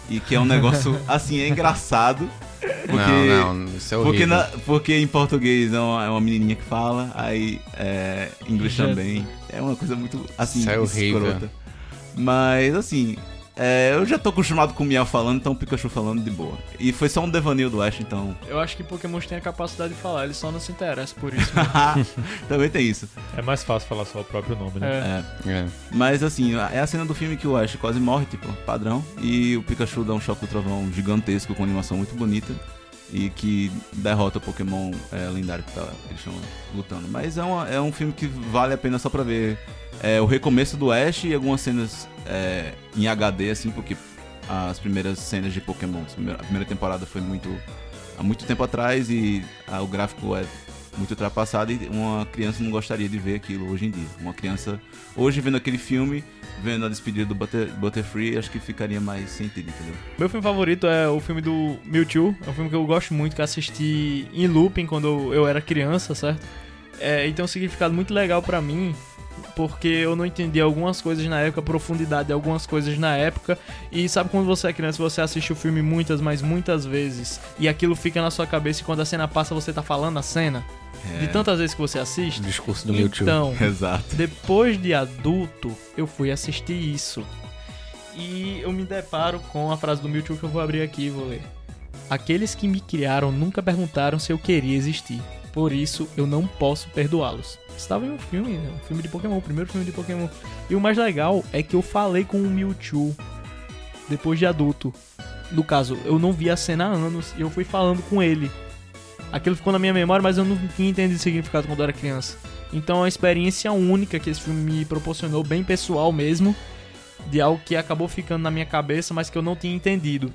E que é um negócio, assim, é engraçado. Porque Não, não, isso é porque, horrível. na- porque em português é uma, é uma menininha que fala, aí é, em inglês Jesus. também. É uma coisa muito, assim, Isso é horrível. escrota. Mas assim, é, eu já tô acostumado com o Miau falando, então o Pikachu falando de boa. E foi só um devaneio do Ash, então. Eu acho que Pokémon têm a capacidade de falar, eles só não se interessam por isso. né? Também tem isso. É mais fácil falar só o próprio nome, né? É. É. Mas assim, é a cena do filme que o Ash quase morre, tipo, padrão. E o Pikachu dá um choque ultravão gigantesco com animação muito bonita. E que derrota o Pokémon é, lendário que tá, eles estão lutando. Mas é, uma- é um filme que vale a pena só pra ver é, o recomeço do Ash e algumas cenas é, em HD, assim, porque as primeiras cenas de Pokémon, a primeira- a primeira temporada foi muito. há muito tempo atrás e ah, o gráfico é muito ultrapassado e uma criança não gostaria de ver aquilo hoje em dia. Uma criança Hoje, vendo aquele filme, vendo a despedida do Butter, Butterfree, acho que ficaria mais sentido, entendeu? Meu filme favorito é o filme do Mewtwo. É um filme que eu gosto muito, que eu assisti em looping quando eu- eu era criança, certo? É, e tem um significado muito legal pra mim, porque eu não entendi algumas coisas na época, a profundidade de algumas coisas na época. E sabe quando você é criança, você assiste o filme muitas, mas muitas vezes, e aquilo fica na sua cabeça e quando a cena passa você tá falando a cena? De tantas vezes que você assiste? O discurso É. do Mewtwo. Então, É, Exato. depois de adulto, eu fui assistir isso. E eu me deparo com a frase do Mewtwo que eu vou abrir aqui e vou ler. Aqueles que me criaram nunca perguntaram se eu queria existir. Por isso, eu não posso perdoá-los. Estava em um filme, né? um filme de Pokémon, o primeiro filme de Pokémon. E o mais legal é que eu falei com o Mewtwo depois de adulto. No caso, eu não vi a cena há anos e eu fui falando com ele. Aquilo ficou na minha memória, mas eu não tinha entendido o significado quando eu era criança. Então é uma experiência única que esse filme me proporcionou, bem pessoal mesmo, de algo que acabou ficando na minha cabeça, mas que eu não tinha entendido.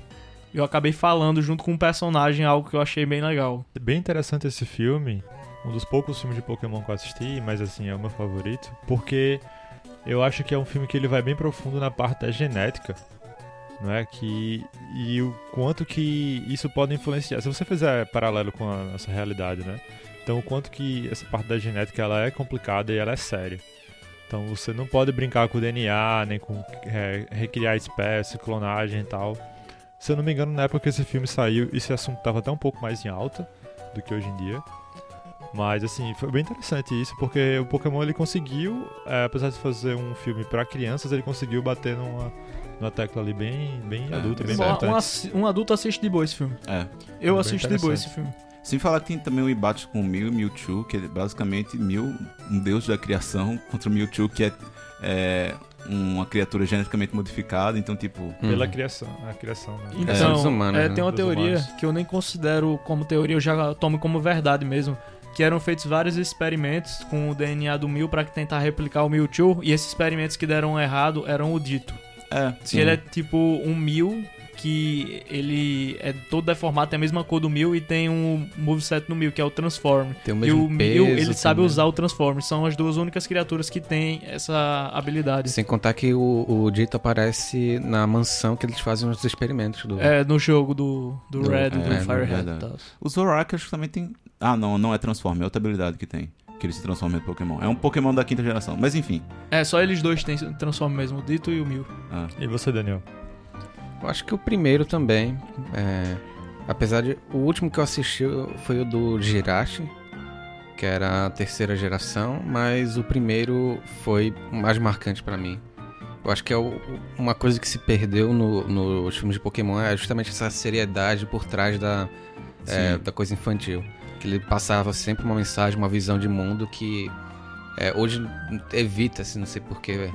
Eu acabei falando junto com o personagem algo que eu achei bem legal. É Bem interessante esse filme. Um dos poucos filmes de Pokémon que eu assisti, mas assim, é o meu favorito. Porque eu acho que é um filme que ele vai bem profundo na parte da genética. Não é? Que, e o quanto que isso pode influenciar. Se você fizer paralelo com a nossa realidade, né? Então, o quanto que essa parte da genética ela é complicada e ela é séria. Então, você não pode brincar com o DNA, nem com é, recriar espécie, clonagem e tal. Se eu não me engano, na época que esse filme saiu, esse assunto tava até um pouco mais em alta do que hoje em dia. Mas assim, foi bem interessante isso, porque o Pokémon ele conseguiu, eh, apesar de fazer um filme pra crianças, ele conseguiu bater numa, numa tecla ali bem, bem É, adulta, né? bem Um, exato. importante. assi- um adulto assiste de boa esse filme. É. Eu Bem assisto de boa interessante. esse filme. Sem falar que tem também o embate com o Mew e Mewtwo, que é basicamente Mew, um deus da criação, contra o Mewtwo, que é, é, uma criatura geneticamente modificada, então, tipo. Pela Uhum. criação, a criação, né? É, Então, somos humanos, é, né? tem uma Dos teoria humanos. que eu nem considero como teoria, eu já tomo como verdade mesmo. Que eram feitos vários experimentos com o DNA do Mew pra tentar replicar o Mewtwo, e esses experimentos que deram errado eram o dito. É. Que ele é tipo um mil que ele é todo deformado, tem a mesma cor do mil e tem um moveset no mil, que é o Transform. Tem o E mesmo o mil, peso, assim, né? ele tem sabe o mesmo- usar o Transform. São as duas únicas criaturas que têm essa habilidade. Sem contar que o, o Dito aparece na mansão que eles fazem os experimentos do. É, no jogo do, do, Do- Red, tá. é, do é Firehead e verdade. tal. O Zorak acho que também tem. Ah, não, não é Transform, é outra habilidade que tem. Que ele se transforma em Pokémon. É um Pokémon da quinta geração, mas enfim. É, só eles dois têm Transform mesmo, o Dito e o mil. Uhum. Ah, E você, Daniel? Eu acho que o primeiro também. é, Apesar de. O último que eu assisti foi o do Jirachi, que era a terceira geração, mas o primeiro foi o mais marcante pra mim. Eu acho que é o- uma coisa que se perdeu no- nos filmes de Pokémon é justamente essa seriedade por trás da, é, sim. da coisa infantil. Que ele passava sempre uma mensagem, uma visão de mundo que é, hoje evita-se, não sei porquê, é,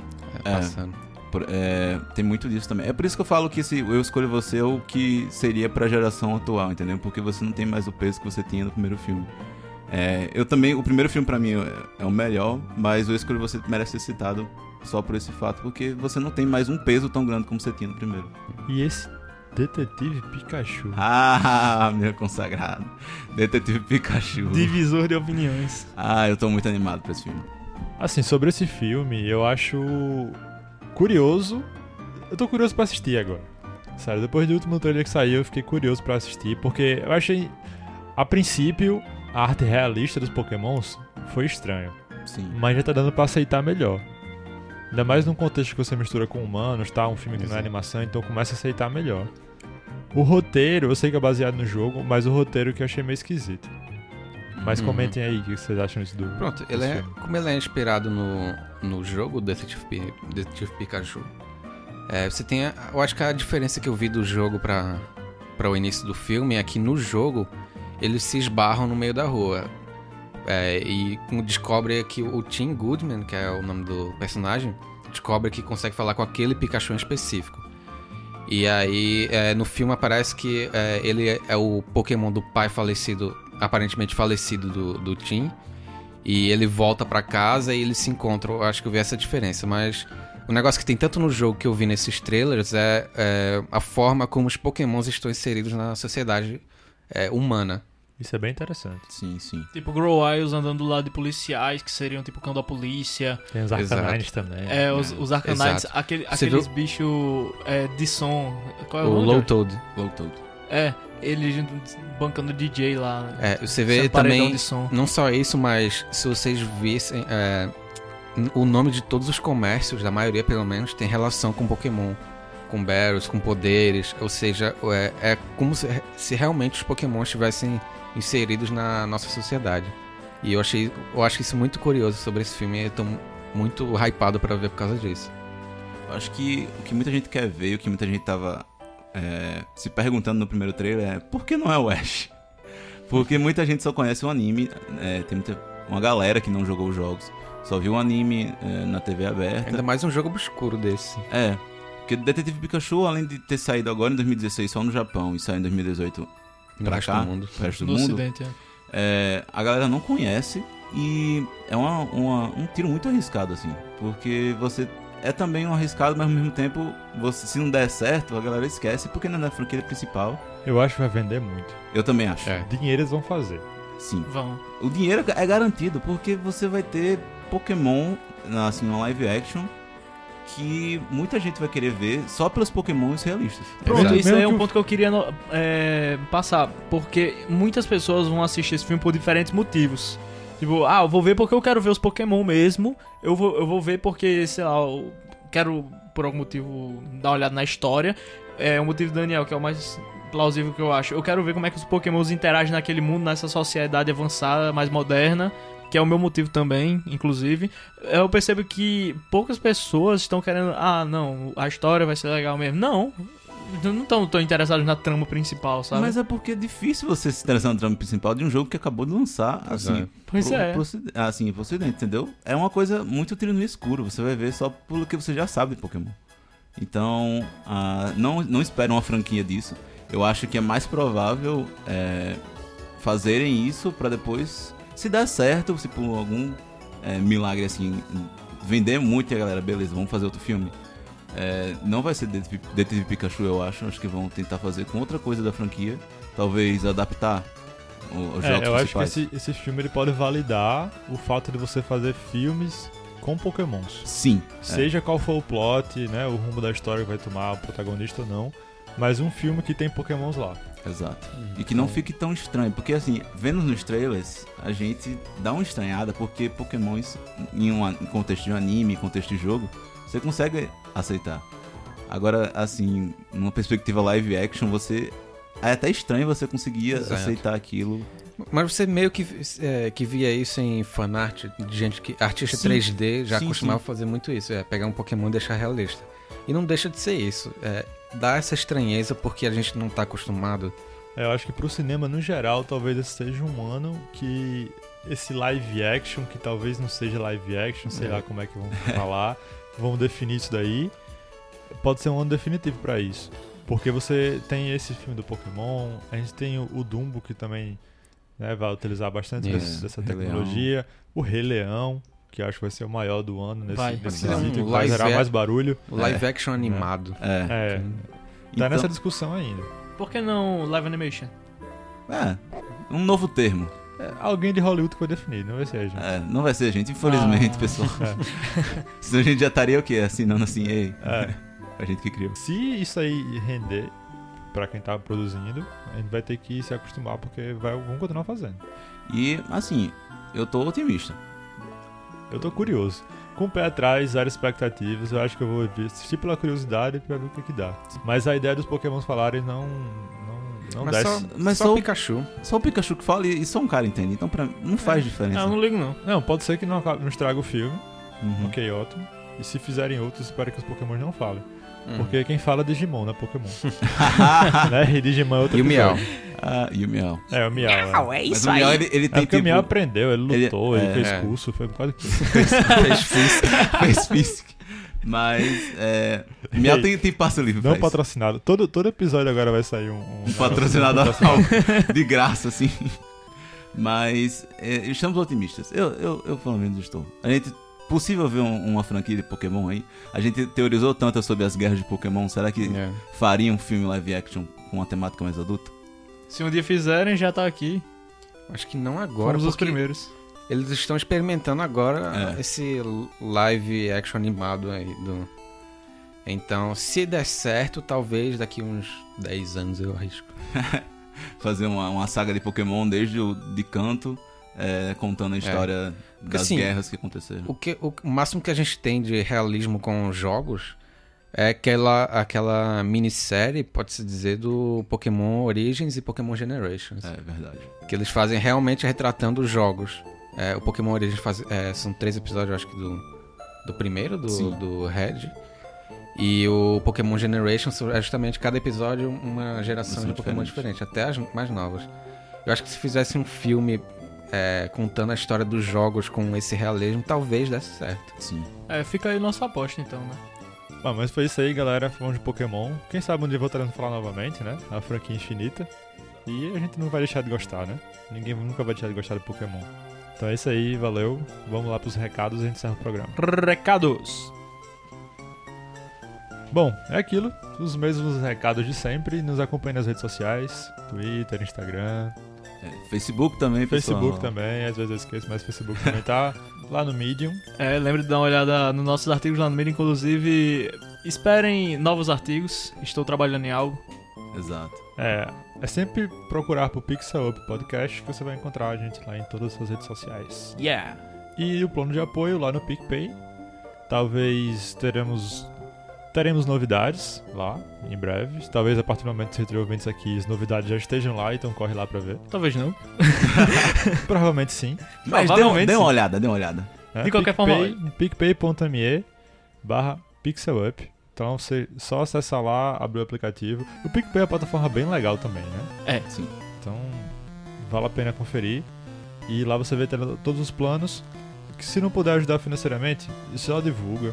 É. passando. Por- é, tem muito disso também. É por isso que eu falo que esse Eu Escolho Você é o que seria pra geração atual, entendeu? Porque você não tem mais o peso que você tinha no primeiro filme. É, eu também, o primeiro filme pra mim é, é o melhor, mas o Eu Escolho Você merece ser citado só por esse fato, porque você não tem mais um peso tão grande como você tinha no primeiro. E esse Detetive Pikachu. Ah, meu consagrado. Detetive Pikachu. Divisor de opiniões. Ah, eu tô muito animado pra esse filme. Assim, sobre esse filme, eu acho curioso. Eu tô curioso pra assistir agora. Sério, depois do último trailer que saiu, eu fiquei curioso pra assistir, porque eu achei, a princípio, a arte realista dos Pokémons foi estranha, Sim. mas já tá dando pra aceitar melhor. Ainda mais num contexto que você mistura com humanos, tá? Um filme que não é Exato. animação, então começa a aceitar melhor. O roteiro, eu sei que é baseado no jogo, mas o roteiro que eu achei meio esquisito. Mas Uhum. comentem aí o que vocês acham disso do. Pronto, ele desse é, filme. como ele é inspirado no, no jogo Detetive, Pi- Detetive Pikachu, É, você tem. a- eu acho que a diferença que eu vi do jogo pra, pra o início do filme é que no jogo eles se esbarram no meio da rua. É, e com- descobre que o Tim Goodman, que é o nome do personagem, descobre que consegue falar com aquele Pikachu em específico. E aí, é, no filme aparece que é, ele é o Pokémon do pai falecido, aparentemente falecido do, do Tim. E ele volta pra casa e eles se encontram. Eu acho que eu vi essa diferença, mas o negócio que tem tanto no jogo que eu vi nesses trailers é, é, a forma como os pokémons estão inseridos na sociedade é, humana. Isso é bem interessante. Sim, sim. Tipo, Grow Isles andando do lado de policiais, que seriam tipo cão da polícia. Tem os Exato. Arcanines também. É, os, os Arcanites, né? exato. aquele, Você aqueles bichos é, de som. Qual é o, o nome? Low Jorge? Toad. Low Toad. É, eles bancando DJ lá. né? É, você Esse vê paredão também, de som. não só isso, mas se vocês vissem, é, n- o nome de todos os comércios, da maioria pelo menos, tem relação com Pokémon. Com Barrels, com poderes, ou seja, é, é como se, se realmente os Pokémon estivessem inseridos na nossa sociedade. E eu achei, eu acho isso muito curioso sobre esse filme, e eu tô muito hypado pra ver por causa disso. Eu acho que o que muita gente quer ver, o que muita gente tava é, se perguntando no primeiro trailer é por que não é o Ash? Porque muita gente só conhece o anime, é, tem muita, uma galera que não jogou os jogos, só viu o anime é, na TV aberta. Ainda mais um jogo obscuro desse. É, porque Detetive Pikachu, além de ter saído agora em 2016 só no Japão e saiu em 2018 No Pra resto cá? do mundo. pro resto do No mundo, ocidente, é. é, a galera não conhece e é uma- uma- um tiro muito arriscado, assim. Porque você é também um arriscado, mas ao mesmo tempo, você, se não der certo, a galera esquece porque não é da franquia principal. Eu acho que vai vender muito. Eu também acho. É. Dinheiro eles vão fazer. Sim. Vão. O dinheiro é garantido porque você vai ter Pokémon, na- assim, uma live action que muita gente vai querer ver só pelos Pokémons realistas. Pronto, Exato. isso Mesmo aí é que um o- ponto que eu queria no- é, passar, porque muitas pessoas vão assistir esse filme por diferentes motivos. Tipo, ah, eu vou ver porque eu quero ver os Pokémon mesmo, eu vou, eu vou ver porque, sei lá, eu quero, por algum motivo, dar uma olhada na história. É o motivo do Daniel, que é o mais plausível que eu acho. Eu quero ver como é que os Pokémons interagem naquele mundo, nessa sociedade avançada, mais moderna, que é o meu motivo também, inclusive. Eu percebo que poucas pessoas estão querendo, ah, não, a história vai ser legal mesmo. Não, eu não tão, tão interessado na trama principal, sabe? Mas é porque é difícil você se interessar no trama principal de um jogo que acabou de lançar, assim, Exato. pois pro- é. pro ocid- assim, pro ocidente, entendeu? É uma coisa muito tiro no escuro. Você vai ver só pelo que você já sabe de Pokémon. Então, ah, não, não espere uma franquia disso. Eu acho que é mais provável é, fazerem isso pra depois, se der certo, se por algum é, milagre assim, vender muito e a galera, beleza, vamos fazer outro filme. É, não vai ser Detetive Detetive Pikachu, eu acho. Acho que vão tentar fazer com outra coisa da franquia. Talvez adaptar o- os É, jogos eu acho que principais. esse, esse filme ele pode validar o fato de você fazer filmes com pokémons. Sim. É. é. Seja qual for o plot, né, o rumbo da história que vai tomar, o protagonista ou não, mas um filme que tem pokémons lá. Exato. E que não fique tão estranho, porque assim, vendo nos trailers, a gente dá uma estranhada, porque pokémons, em um an- em contexto de um anime, contexto de jogo, você consegue aceitar. Agora, assim, numa perspectiva live action, você... É até estranho você conseguir Exato. aceitar aquilo. Mas você meio que, é, que via isso em fanart, de gente que. Artista Sim. 3D já Sim, costumava fazer muito isso, é pegar um Pokémon e deixar realista. E não deixa de ser isso. É, dá essa estranheza porque a gente não tá acostumado. É, eu acho que pro cinema no geral, talvez esse seja um ano que esse live action, que talvez não seja live action, sei É. lá como é que vão falar, vão definir isso daí, pode ser um ano definitivo pra isso. Porque você tem esse filme do Pokémon, a gente tem o, o Dumbo que também né, vai utilizar bastante É, desse- dessa Rei Leão. tecnologia, o Rei Leão, que eu acho que vai ser o maior do ano nesse, Vai. nesse Vai ser um quesito, que vai live gerar ac- mais barulho. O live action animado. É. É, tá Então, nessa discussão ainda. Por que não live animation? é, um novo termo. É, alguém de Hollywood que vai definir, não vai ser a gente. É, não vai ser, gente, infelizmente, Ah. pessoal. Senão a gente já estaria o quê? Assinando assim, ei, É. a gente que criou. Se isso aí render pra quem tá produzindo, a gente vai ter que se acostumar porque vai, vão continuar fazendo. E, assim, eu tô otimista. Eu tô curioso. Com o pé atrás, zero expectativas, eu acho que eu vou ver- assistir pela curiosidade pra ver o que que dá. Mas a ideia dos pokémons falarem não, não, não mas desce. só, Mas só só o o- Pikachu. Só o Pikachu que fala e e só um cara entende. Então, pra mim, não faz diferença. Ah, eu não ligo não. Não, pode ser que não, acabe- não estrague o filme, Hum. Uhum. ok, ótimo. E se fizerem outros, espero que os pokémons não falem. Hum. Porque quem fala é Digimon, não é Pokémon. né? E Digimon é outro Hum. E o Miau. episódio. Ah, e o Miau. É, o Miau. É. É isso Mas o Miau, ele, ele É tem porque o tipo... Miau aprendeu, ele ele- lutou, ele, é, fez é. curso, foi quase tudo. fez física. fez física. Mas, é... o Miau tem, tem passo livre Não pra isso. patrocinado. Todo, todo episódio agora vai sair um. um- um patrocinado algo de graça, assim. Mas é, estamos otimistas. Eu, eu, eu, pelo menos, estou. A gente, possível ver um- uma franquia de Pokémon aí? A gente teorizou tanto sobre as guerras de Pokémon. Será que É. faria um filme live action com uma temática mais adulta? Se um dia fizerem, já tá aqui. Acho que não agora, Fomos os porque primeiros. eles estão experimentando agora É. esse live action animado aí do... Então, se der certo, talvez daqui uns 10 anos eu arrisco. Fazer uma, uma saga de Pokémon desde o de canto, é, contando a história das assim, guerras que aconteceram. O, que, o máximo que a gente tem de realismo com jogos é aquela, aquela minissérie, pode-se dizer, do Pokémon Origins e Pokémon Generations. É verdade. Que eles fazem realmente retratando os jogos. É, o Pokémon Origins faz, é, são três episódios, eu acho que do, do primeiro, do, Sim. do Red. E o Pokémon Generations é justamente cada episódio uma geração São de Pokémon diferentes. diferente, até as mais novas. Eu acho que se fizesse um filme é, contando a história dos jogos com esse realismo, talvez desse certo. Sim. É, fica aí nossa aposta então, né? Bom, Ah, mas foi isso aí, galera. Falamos de Pokémon. Quem sabe um dia voltaremos a falar novamente, né? A franquia infinita. E a gente não vai deixar de gostar, né? Ninguém nunca vai deixar de gostar de Pokémon. Então é isso aí, valeu. Vamos lá pros recados e a gente encerra o programa. Recados. Bom, é aquilo. Os mesmos recados de sempre. Nos acompanhe nas redes sociais: Twitter, Instagram, É, Facebook também, pessoal. Facebook também. Às vezes eu esqueço, mas Facebook também tá lá no Medium. É, lembre de dar uma olhada nos nossos artigos lá no meio, inclusive. Esperem novos artigos, estou trabalhando em algo. Exato. É, é sempre procurar por Pixel Up Podcast que você vai encontrar a gente lá em todas as suas redes sociais. Yeah. E o plano de apoio lá no PicPay. Talvez teremos teremos novidades lá em breve. Talvez a partir do momento que você tiver ouvintes aqui, as novidades já estejam lá, então corre lá pra ver. Talvez não. Provavelmente sim. Mas dê, um, Provavelmente dê sim. uma olhada, dê uma olhada. né? De qualquer PicPay- PicPay.me barra pixelup. Então você só acessa lá, abre o aplicativo. O PicPay é uma plataforma bem legal também, né? Sim. Então vale a pena conferir. E lá você vê tendo todos os planos. Que se não puder ajudar financeiramente, só divulga.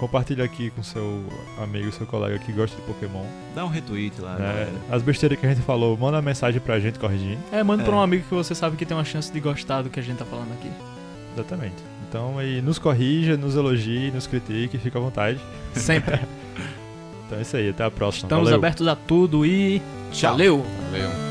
Compartilha aqui com seu amigo, seu colega que gosta de Pokémon. Dá um retweet lá, né? galera. As besteiras que a gente falou, manda uma mensagem pra gente corrigindo. É, manda pra É. um amigo que você sabe que tem uma chance de gostar do que a gente tá falando aqui. Exatamente. Então, e nos corrija, nos elogie, nos critique, fica à vontade. Sempre. Então é isso aí, até a próxima. Estamos Valeu. abertos a tudo e. Valeu! Valeu.